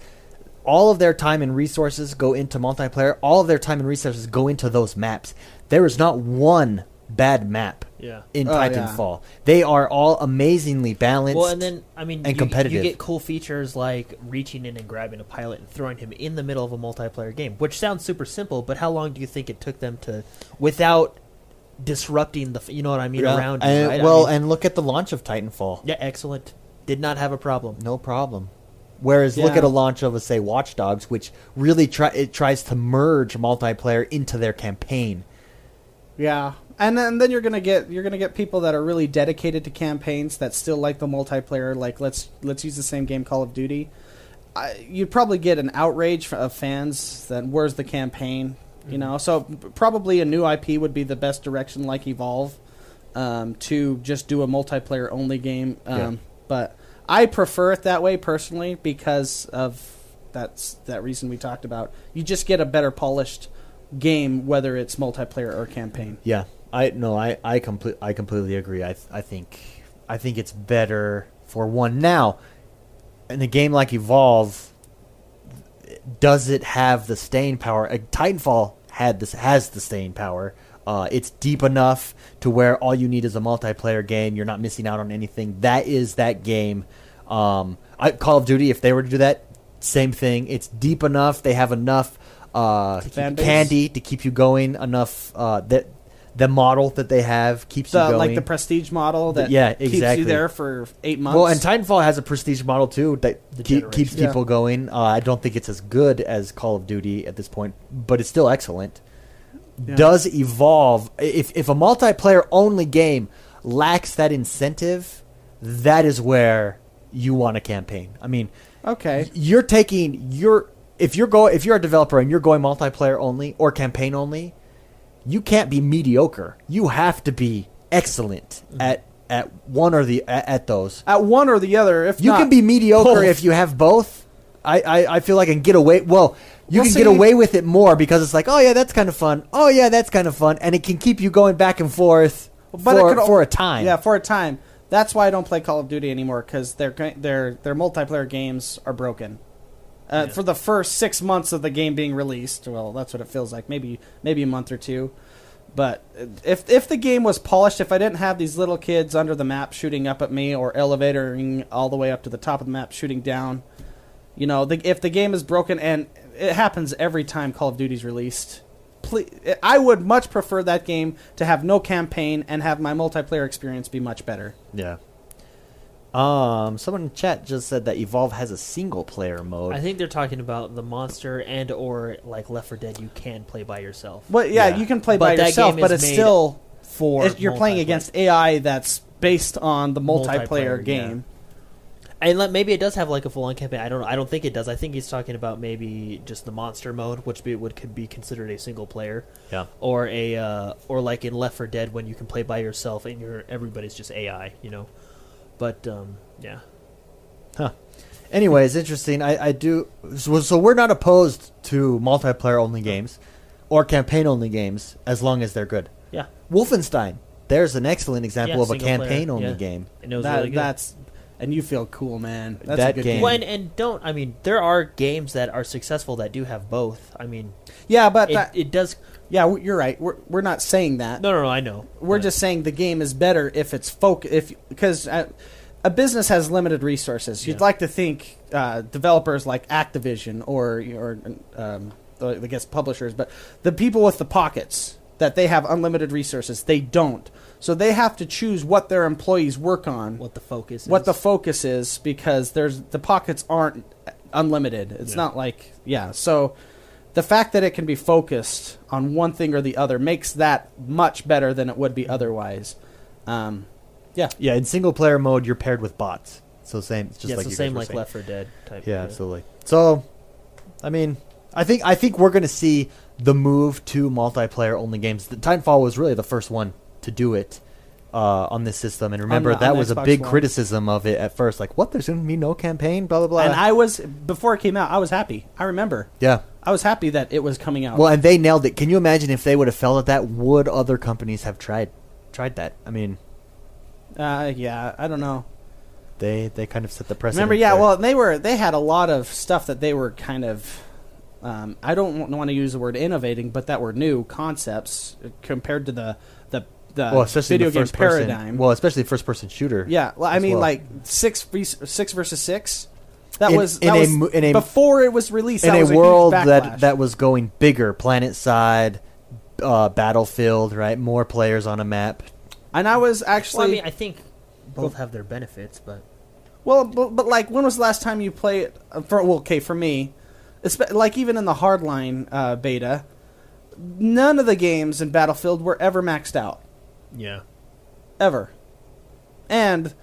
all of their time and resources go into multiplayer. All of their time and resources go into those maps. There is not one bad map Yeah. in Oh, yeah. Titanfall. They are all amazingly balanced. Well, and then I mean, and you, competitive. You get cool features like reaching in and grabbing a pilot and throwing him in the middle of a multiplayer game, which sounds super simple. But how long do you think it took them to, without disrupting the, f- you know what I mean, Yeah. around? you, And- right? I well, mean- and look at the launch of Titanfall. yeah, excellent. Did not have a problem. No problem. Whereas look Yeah. at a launch of, a, say, Watch Dogs, which really try it tries to merge multiplayer into their campaign. Yeah, and then, then you're gonna get you're gonna get people that are really dedicated to campaigns that still like the multiplayer. Like let's let's use the same game, Call of Duty. I, you'd probably get an outrage f- of fans that where's the campaign, you know. So p- probably a new IP would be the best direction, like Evolve, um, to just do a multiplayer only game. Um, Yeah. But I prefer it that way personally because of that's that reason we talked about. You just get a better polished game whether it's multiplayer or campaign. Yeah, I no, I I complete I completely agree. I th- I think I think it's better for one now. In a game like Evolve, does it have the staying power? Uh, Titanfall had this has the staying power. Uh, it's deep enough to where all you need is a multiplayer game. You're not missing out on anything. That is that game. Um, I, Call of Duty, if they were to do that, same thing. It's deep enough. They have enough uh, Fan base. candy to keep you going. Enough uh, that the model that they have keeps you the going. like the prestige model that Yeah, keeps exactly. you there for eight months. Well, and Titanfall has a prestige model too that keep, keeps Yeah. people going. Uh, I don't think it's as good as Call of Duty at this point, but it's still excellent. Does evolve if if a multiplayer only game lacks that incentive, that is where you want a campaign. I mean, okay, you're taking your if you're go if you're a developer and you're going multiplayer only or campaign only, you can't be mediocre. You have to be excellent Mm-hmm. at at one or the at, at those. at one or the other, if You not- can be mediocre Both. if you have both. I, I, I feel like I can get away. Well, you Well, can see- get away with it more because it's like, oh yeah, that's kind of fun. Oh yeah, that's kind of fun, and it can keep you going back and forth it for, could al- for a time. Yeah, for a time. That's why I don't play Call of Duty anymore because their ga- their their multiplayer games are broken. Uh, For the first six months of the game being released, well, that's what it feels like. Maybe maybe a month or two. But uh, if if the game was polished, if I didn't have these little kids under the map shooting up at me or elevatoring all the way up to the top of the map shooting down, you know, the, if the game is broken and it happens every time Call of Duty's released, please, I would much prefer that game to have no campaign and have my multiplayer experience be much better. yeah. Um, someone in chat just said that Evolve has a single player mode. I think they're talking about the monster and or like Left 4 Dead. You can play by yourself. Well, yeah, Yeah. you can play But by that yourself, game but is it's made still for it- you're playing multiplayer. against AI that's based on the multiplayer, Multiplayer, yeah. game. and let, maybe it does have like a full-on campaign. I don't. I don't think it does. I think he's talking about maybe just the monster mode, which be, would could be considered a single player. Yeah. Or a uh, or like in Left 4 Dead when you can play by yourself and you're everybody's just AI. You know. But um, yeah. Huh. Anyways, interesting. I, I do. So, so we're not opposed to multiplayer only games or campaign only games as long as they're good. Yeah. Wolfenstein. There's an excellent example Yeah, of a single player, campaign only yeah. game. And it was That- really good. That's and you feel cool, man. That's That a good game- game. Well, and, and don't I mean there are games that are successful that do have both. I mean, Yeah, but it, that, it does. yeah, w- you're right. We're we're not saying that. No, no, no. I know. We're But- just saying the game is better if it's folk if because uh, a business has limited resources. You'd Yeah. like to think uh, developers like Activision or or um, I guess publishers, but the people with the pockets that they have unlimited resources. They don't, so they have to choose what their employees work on, what the focus. what is. the focus is, because there's the pockets aren't unlimited. It's not like yeah, so. The fact that it can be focused on one thing or the other makes that much better than it would be otherwise. Um, yeah, Yeah, in single player mode, you're paired with bots. So same, it's just yeah, like so you guys same were like saying. Left 4 Dead type. Yeah, absolutely. So, I mean, I think I think we're gonna see the move to multiplayer only games. The Titanfall was really the first one to do it uh, on this system, and remember the- on that the was a Xbox big One. criticism of it at first. Like, what? There's gonna be no campaign? Blah blah blah. and I was before it came out. I was happy. I remember. Uh, yeah. I was happy that it was coming out. Well, and they nailed it. Can you imagine if they would have felt at that? Would other companies have tried tried that? I mean, Uh, yeah, I don't know. They they kind of set the precedent. Remember? Yeah. for- Well, they were they had a lot of stuff that they were kind of. Um, I don't want to use the word innovating, but that were new concepts compared to the the the well, especially video the game first person- paradigm. Well, especially first person shooter. yeah. Well, I as mean, well. like six v- six versus six. That In- was in that a was mo- in a- before it was released in that a was world huge backlash. that that was going bigger, planet side, uh, battlefield, right? More players on a map. and I was actually Well, I mean, I think both have their benefits, but Well, but, but like, when was the last time you played? uh, For well, okay, for me, espe- like even in the hardline uh, beta, none of the games in Battlefield were ever maxed out, yeah. ever. And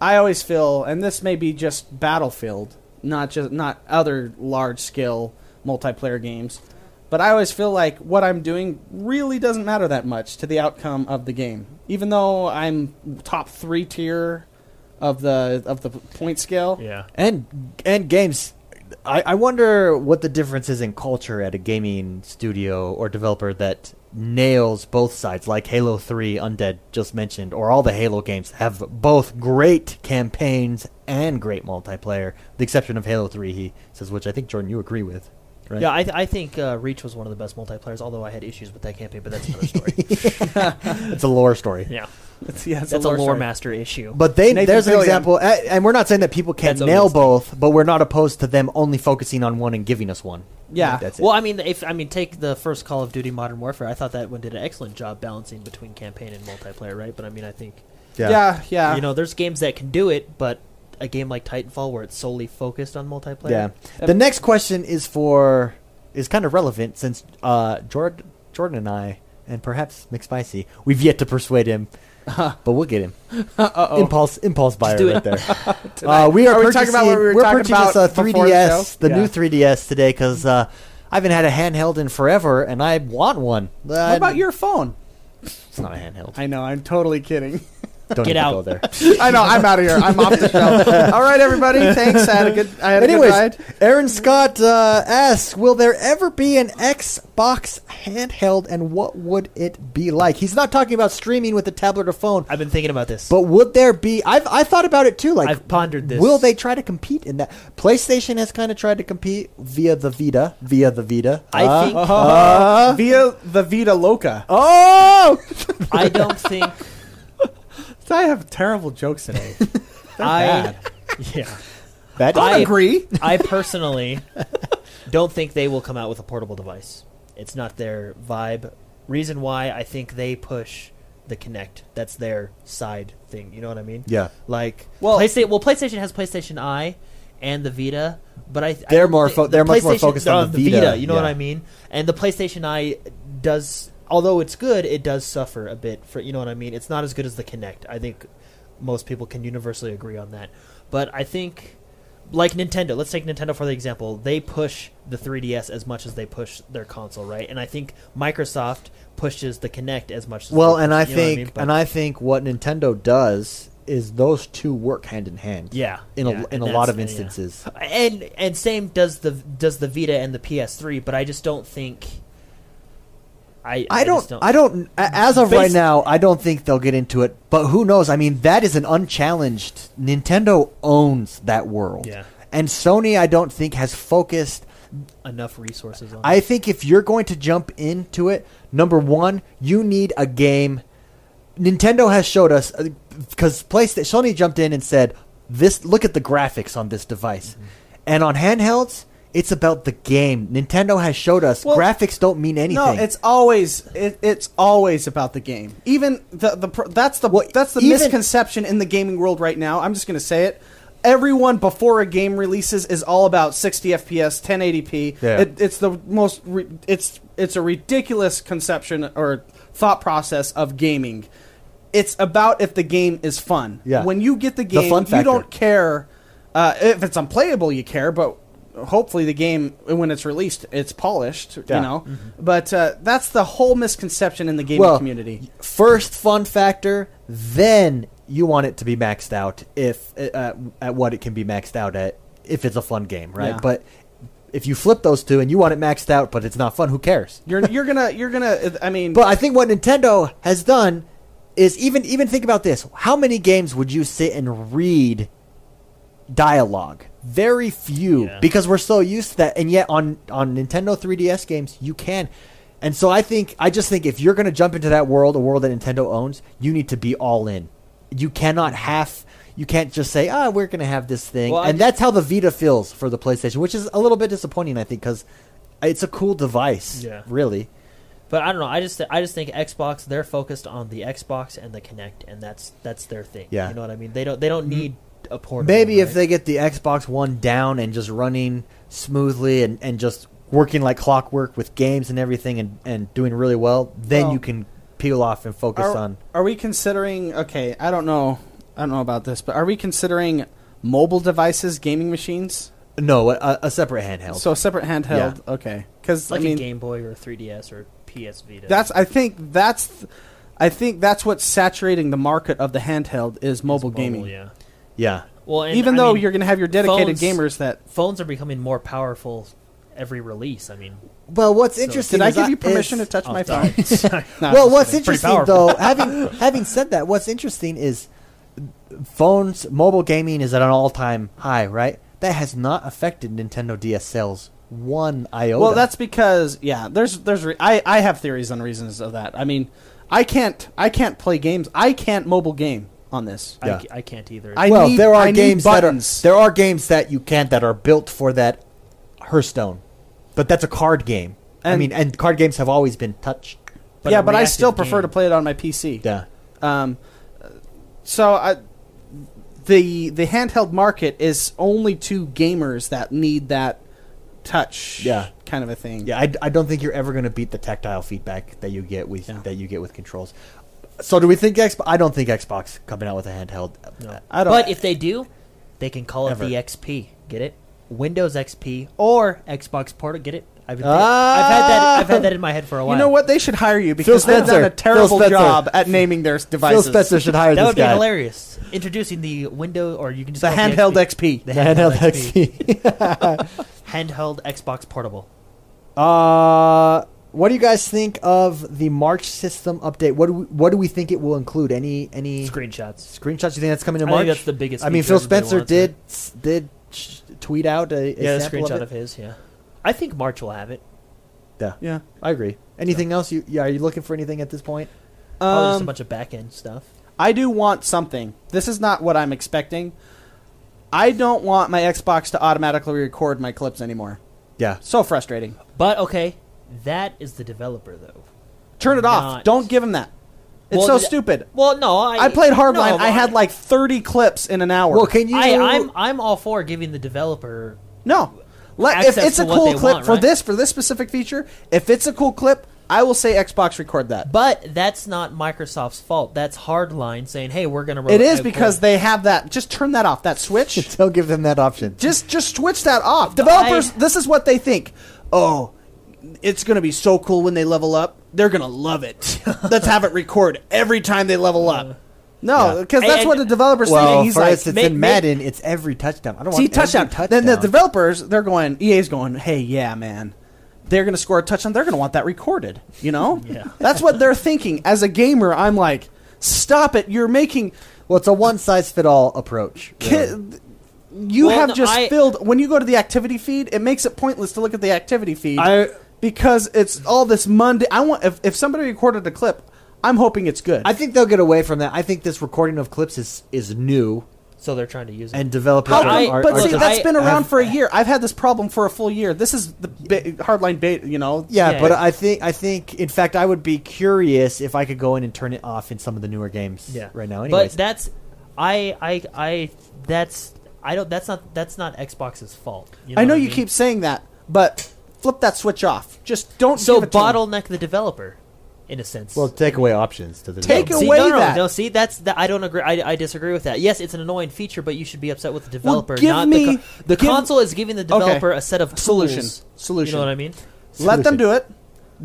I always feel, and this may be just Battlefield, not just not other large scale multiplayer games, but I always feel like what I'm doing really doesn't matter that much to the outcome of the game, even though I'm top three tier of the of the point scale. Yeah. And and games, I, I wonder what the difference is in culture at a gaming studio or developer that nails both sides, like Halo Three, Undead just mentioned, or all the Halo games have both great campaigns and great multiplayer. with The exception of Halo Three, he says, which I think Jordan you agree with, right? Yeah, I, th- I think uh, Reach was one of the best multiplayers, although I had issues with that campaign, but that's [LAUGHS] another story. it's a lore story. yeah, It's, [LAUGHS] yeah, it's that's a lore, story. master issue. But they Nathan there's an Fillion. example, a- and we're not saying that people can't That's nail always- both, but we're not opposed to them only focusing on one and giving us one. Yeah. that's it. well, I mean, if I mean, take the first Call of Duty Modern Warfare. I thought that one did an excellent job balancing between campaign and multiplayer, right? But I mean, I think Yeah, yeah. you know, there's games that can do it, but a game like Titanfall, where it's solely focused on multiplayer, Yeah. The next question is for is kind of relevant since uh, Jordan Jordan and I and perhaps McSpicy we've yet to persuade [LAUGHS] him, but we'll get him. Impulse impulse buyer do [LAUGHS] right there. uh, we are, Are we purchasing, talking about what we were are talking purchasing us about a before the 3ds, the, show? Yeah. new 3ds today because uh, I haven't had a handheld in forever and I want one. What about your phone? It's not a handheld. I know. I'm totally [LAUGHS] kidding. Don't Get even out. go there. [LAUGHS] I know. I'm out of here. I'm off the [LAUGHS] show. All right, everybody. Thanks. I had a good. I had a good Anyways, ride. Aaron Scott uh, asks, "Will there ever be an Xbox handheld, and what would it be like?" He's not talking about streaming with a tablet or phone, I've been thinking about this. but would there be? I've I thought about it too. Like I've pondered this. Will they try to compete in that? PlayStation has kind of tried to compete via the Vita, via the Vita. I Uh, think uh, Via the Vita Loca. oh, I don't [LAUGHS] think I have terrible jokes today. I. [LAUGHS] Yeah, that I I- agree. I personally don't think they will come out with a portable device. It's not their vibe. Reason why I think they push the Kinect. That's their side thing. You know what I mean? yeah. Like Well- well, PlayStation. Well, PlayStation has PlayStation I and the Vita, but I They're I don't more thi- fo- the they're much more PlayStation- focused uh, on the Vita, you know what yeah. I mean? And the PlayStation I does, although it's good, it does suffer a bit. For you know what I mean? It's not as good as the Kinect. I think most people can universally agree on that. But I think. Like Nintendo, let's take Nintendo for the example. They push the 3DS as much as they push their console, right? And I think Microsoft pushes the Kinect as much. as Well, they- and I you know what think But- and I think what Nintendo does is those two work hand in hand. Yeah, in a yeah, in and a lot that's- of yeah. instances. and and same does the does the Vita and the PS3, but I just don't think. I I just don't, I don't. a- As of right Based- now, I don't think they'll get into it. But who knows? I mean, that is an unchallenged. Nintendo owns that world. Yeah. And Sony, I don't think has focused. enough resources on. I it. think if you're going to jump into it, number one, you need a game. Nintendo has showed us uh, because PlayStation Sony jumped in and said, "This look at the graphics on this device," Mm-hmm. and on handhelds, it's about the game. Nintendo has showed us Well, graphics don't mean anything. No, it's always it, it's always about the game. Even the the pro- that's the Well, that's the even- misconception in the gaming world right now. I'm just gonna say it. Everyone before a game releases is all about 60 FPS, 1080p. Yeah. It, it's the most ri it's it's a ridiculous conception or thought process of gaming. It's about if the game is fun. Yeah. When you get the game, fun you factor. don't care uh, if it's unplayable. You care, but hopefully the game when it's released, it's polished. Yeah. You know, but uh, that's the whole misconception in the gaming community. First fun factor, then you want it to be maxed out if uh, at what it can be maxed out at if it's a fun game, right? Yeah. But if you flip those two and you want it maxed out, but it's not fun, who cares? You're you're gonna you're gonna. uh, I mean, But I think what Nintendo has done is even even think about this. How many games would you sit and read dialogue? Very few Yeah. because we're so used to that and yet on on Nintendo 3DS games you can. And so I think I just think if you're going to jump into that world, a world that Nintendo owns, you need to be all in. You cannot half you can't just say, "Ah, we're going to have this thing." Well, I and ju- that's how the Vita feels for the PlayStation, which is a little bit disappointing I think cuz it's a cool device, Yeah. really. But I don't know. I just I just think Xbox they're focused on the Xbox and the Kinect, and that's that's their thing. Yeah. you know what I mean. They don't they don't Mm-hmm. need a portable. Maybe if right? they get the Xbox One down and just running smoothly and, and just working like clockwork with games and everything and, and doing really well, then Well, you can peel off and focus Are, on. are we considering? Okay, I don't know. I don't know about this, but are we considering mobile devices gaming machines? No, a, a separate handheld. So a separate handheld. Okay, because It's like I mean, a Game Boy or a 3DS or PS Vita. that's I think that's th- I think that's what's saturating the market of the handheld is It's mobile, gaming. Yeah. yeah. Well, and Even I though mean, you're going to have your dedicated phones- gamers that phones are becoming more powerful every release. I mean, Well, what's So- interesting? did I is give you permission is- to touch Oh, my sorry. phone? [LAUGHS] No, well, just what's kidding. Pretty interesting powerful. though, [LAUGHS] having having said that, what's interesting is phones, mobile gaming is at an all time high, right? That has not affected Nintendo DS sales one iota. Well, that's because yeah, there's there's re- I I have theories on reasons of that. I mean, I can't I can't play games. I can't mobile game on this. I Yeah. c- I, can't either. I well, need- there are I need games that are buttons. there are games that you can't that are built for that Hearthstone, but that's a card game. I And- mean, and card games have always been touched. But yeah, a but I reactive still prefer game. to play it on my PC. Yeah, Um, so I, the the handheld market is only to gamers that need that touch. Yeah. kind of a thing. yeah. I, I don't think you're ever going to beat the tactile feedback that you get with Yeah. that you get with controls. So do we think Xbox? I don't think Xbox coming out with a handheld. No. I don't- But if they do, they can call Ever. it the XP. Get it? Windows XP or Xbox Portal. Get it? I've, been thinking- Ah! I've had that. I've had that in my head for a while. You know what? They should hire you because they've Spencer. done a Phil terrible Spencer. job at naming their Phil devices. Spencer should hire That this would be guy. hilarious. Introducing the window, or you can just The call it handheld XP. The The handheld handheld XP. XP. Handheld Xbox Portable. [LAUGHS] Uh, what do you guys think of the March system update? What do we, what do we think it will include? Any any Screenshots. screenshots you think that's coming in I March? think that's the biggest. I mean, Phil feature everybody Spencer wants, did right? s- did sh- tweet out a, a Yeah, the sample screenshot of of, it. his. Yeah, I think March will have it. yeah, Yeah. I agree. Anything else? You yeah, are you looking for anything at this point? Probably just a Um, bunch of back end stuff. I do want something. This is not what I'm expecting. I don't want my Xbox to automatically record my clips anymore. Yeah, So frustrating. But okay, that is the developer though. Turn it off. Not- Don't give them that. It's Well, so th- stupid. Well, no, I, I played Hardline. no, I had like 30 clips in an hour. Well, can you? I, I'm I'm all for giving the developer. no. Let, if access it's a to what cool they clip want, for right? this for this specific feature, if it's a cool clip, I will say Xbox record that. But that's not Microsoft's fault. That's Hardline saying, "Hey, we're gonna." it is because they have that. Just turn that off. That [LAUGHS] switch. don't give them that option. Just just switch that off. Developers, this is what they think. Oh, it's going to be so cool when they level up. They're going to [LAUGHS] love it. Let's have it record every time they level up. No, Yeah. because that's And- what the developer's well, thinking. He's for like, instance, make- in make- Madden, it's every touchdown. I don't see want every touchdown. touchdown. Then the developers, they're going. EA's going. Hey, yeah, man. They're going to score a touchdown. They're going to want that recorded. [LAUGHS] You know. Yeah. That's what they're thinking. As a gamer, I'm like, stop it. You're making. well, it's a one size fit all approach. really. Ki- you Well, have no, just I- filled when you go to the activity feed it makes it pointless to look at the activity feed I- because it's all this monday i want if, if somebody recorded a clip i'm hoping it's good I think they'll get away from that. I think this recording of clips is is new so they're trying to use it. and developers. How but come- are, I- are, but see just- that- that's I- been I've- around for a year i've had this problem for a full year this is the ba- hardline bait you know yeah, Yeah, but yeah. I think I think in fact I would be curious if I could go in and turn it off in some of the newer games yeah. right now. But Anyways, that's I I I that's I don't that's not that's not Xbox's fault. i know what you mean? keep saying that but flip that switch off just don't so give it to 'em. bottleneck the developer in a sense. Oh, well, take away options to the Take developer. See, away no, no, that. no. See, that's that. I don't agree. I, I disagree with that. Yes, it's an annoying feature, but you should be upset with the Well, developer. give not me- the, co- the give- console is giving the developer a set of tools. Solution. Solution. You know what I mean? Let them do it.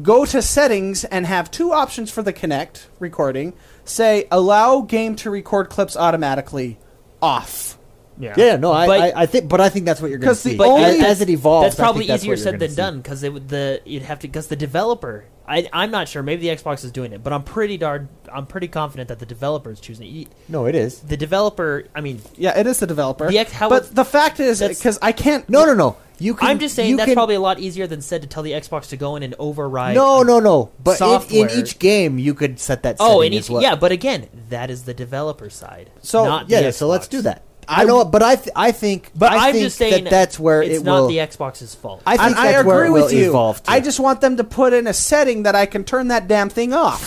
Go to settings and have two options for the Kinect recording. Say allow game to record clips automatically off. Yeah, no, I, But- I, I think, but I think that's what you're going to 'Cause the see only- as, as it evolves. that's I think probably that's what easier you're said gonna than see. done because the you'd have to because the developer I, I'm not sure. Maybe the Xbox is doing it, but I'm pretty darn, I'm pretty confident that the developer is choosing. it. No, it is. The developer, I mean, Yeah, it is the developer. The ex- how but was- the fact is, that's- because I can't. No, no, no. You can. I'm just saying you that's can- probably a lot easier than said to tell the Xbox to go in and override. No, no, no. But in, in software. each game, you could set that. Oh, setting and as each, well. yeah, but again, that is the developer side. So not yeah, the so let's Xbox. do that. I know, but I th- I think But I am think just saying that that's where it's it not will. the Xbox's fault. Uh, I think And I that's where agree it will with you. evolve to. I just want them to put in a setting that I can turn that damn [LAUGHS] thing off.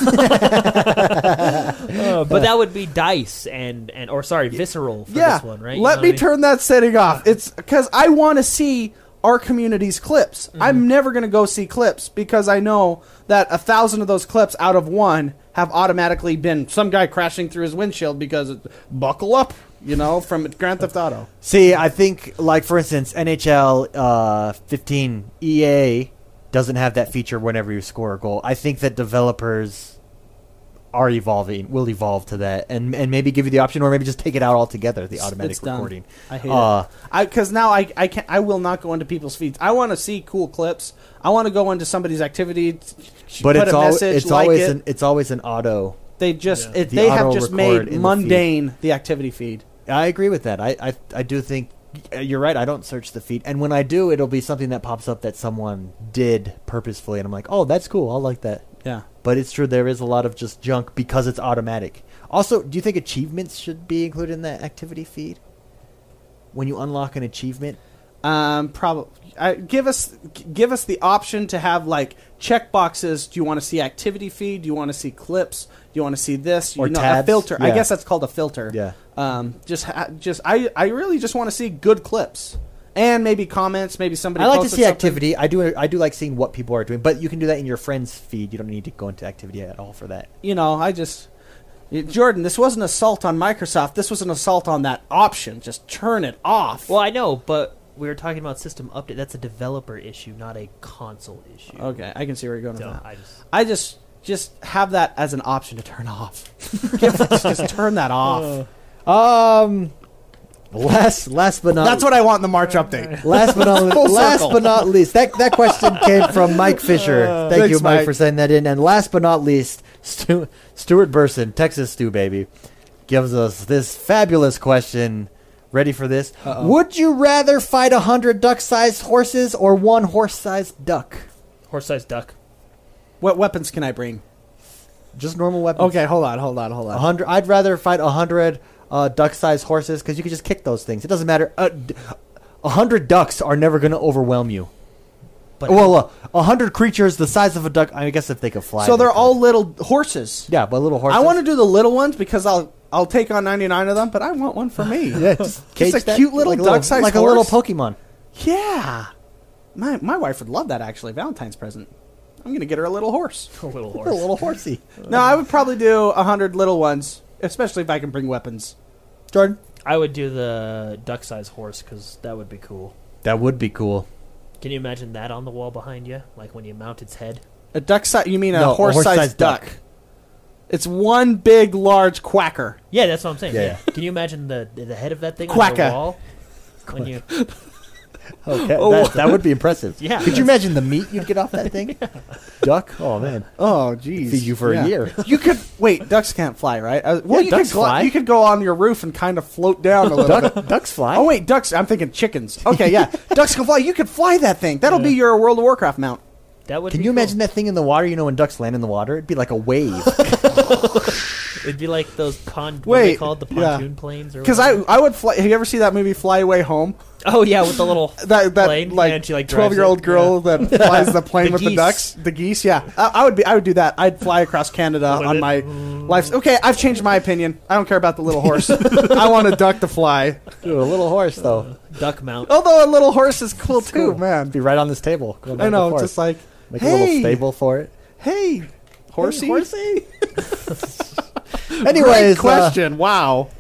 but that would be dice and and or sorry, visceral for yeah, this one, right? You know let what me I mean? turn that setting off. It's because I want to see our community's clips. Mm-hmm. I'm never going to go see clips because I know that a thousand of those clips out of one have automatically been some guy crashing through his windshield because it, buckle up, you know, from Grand Theft Auto. See, I think, like for instance, NHL uh, 15 EA doesn't have that feature whenever you score a goal. I think that developers are evolving, will evolve to that, and and maybe give you the option, or maybe just take it out altogether, the automatic it's dumb. recording. I hate Uh, it. Because now I, I can I will not go into people's feeds. I want to see cool clips. I want to go into somebody's activity. But put it's a al- message, it's like always it. an it's always an auto. they just it, The they have auto just record made in the mundane the, activity feed. I agree with that. I, I I do think you're right. I don't search the feed, and when I do, it'll be something that pops up that someone did purposefully, and I'm like, oh, that's cool. I like that. Yeah. But it's true there is a lot of just junk because it's automatic. Also, do you think achievements should be included in that activity feed? When you unlock an achievement, Um, probably uh, give us g- give us the option to have like check boxes. Do you want to see activity feed? Do you want to see clips? Do you want to see this? Or you know, tabs? a filter. I Yeah. guess that's called a filter. Yeah. Um, just ha- just I I really just want to see good clips and maybe comments. Maybe somebody. I like to posted see something. activity. I do I do like seeing what people are doing, but you can do that in your friends feed. You don't need to go into activity at all for that. You know, I just. Jordan, this wasn't assault on Microsoft. This was an assault on that option. Just turn it off. Well, I know, but we were talking about system update. That's a developer issue, not a console issue. Oh, Okay, I can see where you're going with So that. I just I just just have that as an option to turn off. [LAUGHS] just, just turn that off. Um, last last but not That's what I want in the March update. [LAUGHS] Last but not Full last circle. Uh, but not least, that that question came from Mike Fisher. Thank Thanks, you, Mike, Mike. for sending that in. And last but not least, Stu, Stuart Burson, Texas Stew baby, gives us this fabulous question. Ready for this? Would you rather fight a hundred duck-sized horses or one horse-sized duck? horse-sized duck. What weapons can I bring? Just normal weapons. Okay, hold on, hold on, hold A on. hundred. I'd rather fight a hundred uh, duck-sized horses because you can just kick those things. It doesn't matter. A d- a hundred ducks are never going to overwhelm you. But Well, uh, a hundred creatures the size of a duck. I guess if they could fly. So they they're could. all little horses. yeah, but little horses. I want to do the little ones because I'll I'll take on 99 of them, but I want one for [LAUGHS] me. yeah, just, cage a that- cute little like a little- duck-sized like like a a little little Pokemon. My my wife would love that actually. Valentine's present. I'm gonna get her a little horse. [LAUGHS] a little A horse. little horsey. No, I would probably do 100 little ones, especially if I can bring weapons. Jordan, I would do the duck-sized horse because that would be cool. that would be cool. Can you imagine that on the wall behind you, like when you mount its head? A duck size? You mean a No, a horse-sized horse-sized duck. duck. It's one big, large quacker. Yeah, that's what I'm saying. Yeah, Yeah. yeah. Can you imagine the the head of that thing on Quacka. the [LAUGHS] wall? When you, Okay, that, that would be impressive. Yeah. Could you imagine the meat you'd get off that thing? Duck. Oh man. Oh, jeez. Feed you for a year. You could wait. Ducks can't fly, right? Uh, well, Yeah, you ducks could gl- fly. You could go on your roof and kind of float down a little [LAUGHS] bit. Duck, ducks fly. Oh wait, ducks. I'm thinking chickens. Okay, [LAUGHS] yeah, ducks can fly. You could fly that thing. That'll be your World of Warcraft mount. that would. Can be you cool. imagine that thing in the water? You know, when ducks land in the water, it'd be like a wave. It'd be like those pond. What are they Wait, called the yeah. pontoon planes, or Because I, whatever? I would fly. Have you ever seen that movie Fly Away Home? Oh yeah, with the little That that plane, and she, like like, twelve drives year old it. girl that flies the plane [LAUGHS] The with the geese. ducks, the geese. Yeah, I, I would be. I would do that. I'd fly across Canada on it. my life. Okay, I've changed my opinion. I don't care about the little [LAUGHS] horse. I want a duck to fly. Dude, a little horse Uh, though. duck Oh. mount. Although a little horse is cool too, man. Be right on this table. Go back I and know, forth. just like make hey, a little stable for it. Hey, horsey. [LAUGHS] [LAUGHS] horsey. Great Anyways, uh, question. wow.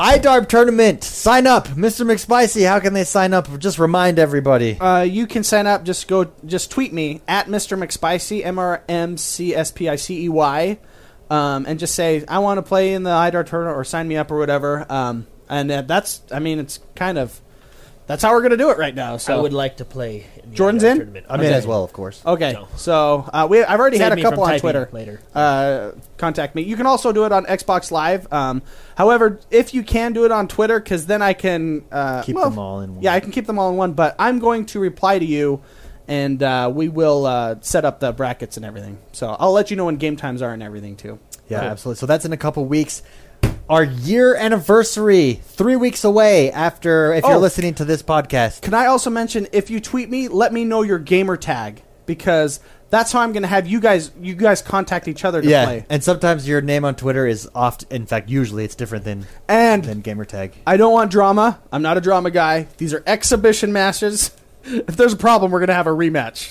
IDARB tournament. Sign up, Mr. McSpicy. How can they sign up? Just remind everybody. Uh, you can sign up. Just go. Just tweet me at Mr. McSpicy. M R M C S P I C E Y. Um, and just say I want to play in the IDAR tournament or sign me up or whatever. Um, and uh, that's. I mean, it's kind of That's how we're gonna do it right now. So I would like to play. In the Jordan's Undead in? Tournament. I'm in Okay. as well, of course. Okay, No. so uh, we I've already Save had a me from couple on typing Twitter. later. Uh, contact me. You can also do it on Xbox Live. Um, however, if you can do it on Twitter, because then I can uh, Keep well, them all in one. Yeah, I can keep them all in one. But I'm going to reply to you, and uh, we will uh, set up the brackets and everything. So I'll let you know when game times are and everything too. Yeah, absolutely. So that's in a couple weeks. Our year anniversary, three weeks away after, if Oh. you're listening to this podcast. Can I also mention if you tweet me, let me know your gamer tag because that's how I'm going to have you guys you guys contact each other to Yeah, play. and sometimes your name on Twitter is oft. In fact, usually it's different than And- than gamertag. I don't want drama. I'm not a drama guy. These are exhibition matches. [LAUGHS] If there's a problem, we're gonna have a rematch.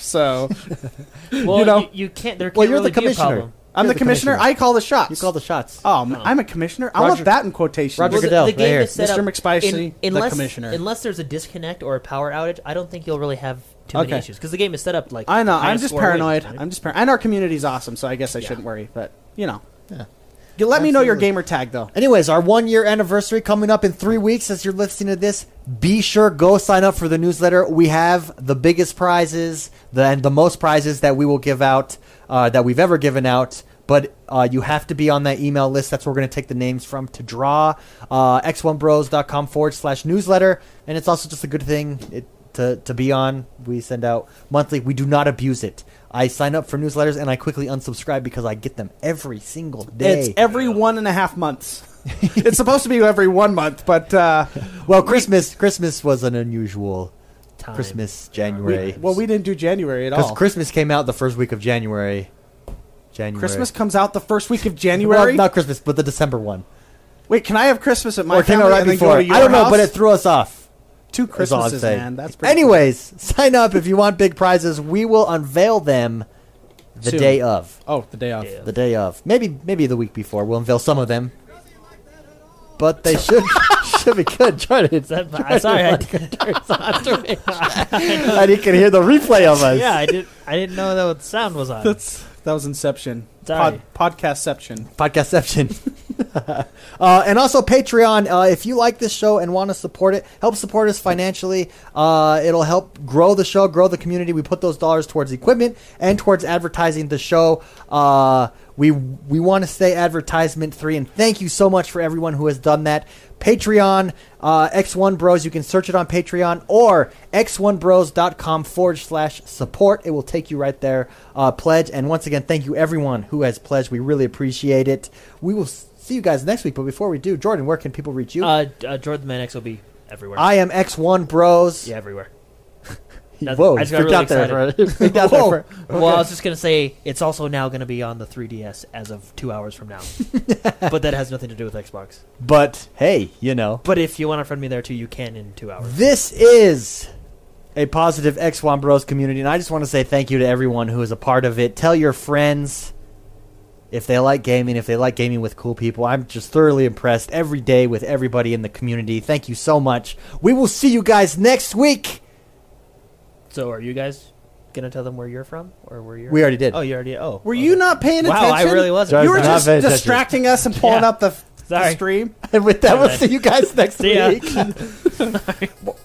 [LAUGHS] So Well, You you, know? you, can't. There can't Well, you're really the be a commissioner. problem. I'm You're the commissioner. I call the shots. You call the shots. Oh, man, I'm a commissioner. I want Roger- that in quotations. Roger Well, the, Goodell, the right game here. is set Mr. up McSpicy, in- the unless, commissioner. Unless there's a disconnect or a power outage, I don't think you'll really have too many Okay. issues because the game is set up like. I know. high I'm just score wins, paranoid. right? I'm just paranoid. And our community's awesome, so I guess I shouldn't worry. But you know, Yeah. You let me know your Absolutely. gamer tag though. Anyways, our one year anniversary coming up in three weeks. As you're listening to this, be sure go sign up for the newsletter. We have the biggest prizes, the and the most prizes that we will give out uh, that we've ever given out. But uh, you have to be on that email list. That's where we're going to take the names from to draw. Uh, x1bros.com forward slash newsletter. And it's also just a good thing it, to, to be on. We send out monthly. We do not abuse it. I sign up for newsletters and I quickly unsubscribe because I get them every single day. It's every one and a [LAUGHS] half months. it's supposed to be every one month, but uh, Well, Christmas Christmas was an unusual Time. Christmas we, January. well, we didn't do January at because all. Christmas came out the first week of January. January. Christmas comes out the first week of Well, January. not Christmas, but the December one. Wait, can I have Christmas at my or it came out family right and then before. go I to your don't know, house? but it threw us off. two is all I'm Christmases, saying. man. That's pretty Anyways, sign up if you want big prizes. We will unveil them the Soon. day of. cool. Oh, the day off. Yeah. The day of. Maybe maybe the week before. We'll unveil some of them. But they should [LAUGHS] should be good. Try to Is that- I'm [LAUGHS] sorry, I, and you can hear the replay of us. [LAUGHS] yeah, I did. I didn't know that the sound was on. That's that was Inception. Sorry. podcastception. Podcastception. uh, and also Patreon. Uh, if you like this show and want to support it, help support us financially. Uh, it'll help grow the show, grow the community. We put those dollars towards equipment and towards advertising the show. Uh, we we want to stay advertisement free, and thank you so much for everyone who has done that. Patreon, uh, X1 Bros. You can search it on Patreon or x1bros.com forward slash support. It will take you right there. Uh, pledge. And once again, thank you everyone who has pledged. We really appreciate it. We will s- see you guys next week. But before we do, Jordan, where can people reach you? uh, uh, Jordan the Man X will be everywhere. I am X1 Bros. yeah, everywhere. nothing. Whoa, I just got freaked really out there. [LAUGHS] For, freaked out there for- [LAUGHS] Well, I was just gonna say it's also now gonna be on the 3DS as of two hours from [LAUGHS] now, but that has nothing to do with Xbox. but hey, you know. But if you want to friend me there too, you can in two hours. This is a positive X1 Bros community, and I just want to say thank you to everyone who is a part of it. Tell your friends if they like gaming, if they like gaming with cool people. I'm just thoroughly impressed every day with everybody in the community. Thank you so much. We will see you guys next week. So, are you guys gonna tell them where you're from or where you're? We already did. Oh, [LAUGHS] you already. Oh, Were okay. you not paying Wow, attention? I really wasn't. You were Not just paying attention. distracting us and pulling Yeah. up the, the Sorry. stream. [LAUGHS] And with that, we'll [LAUGHS] Alright. see you guys next See ya. week.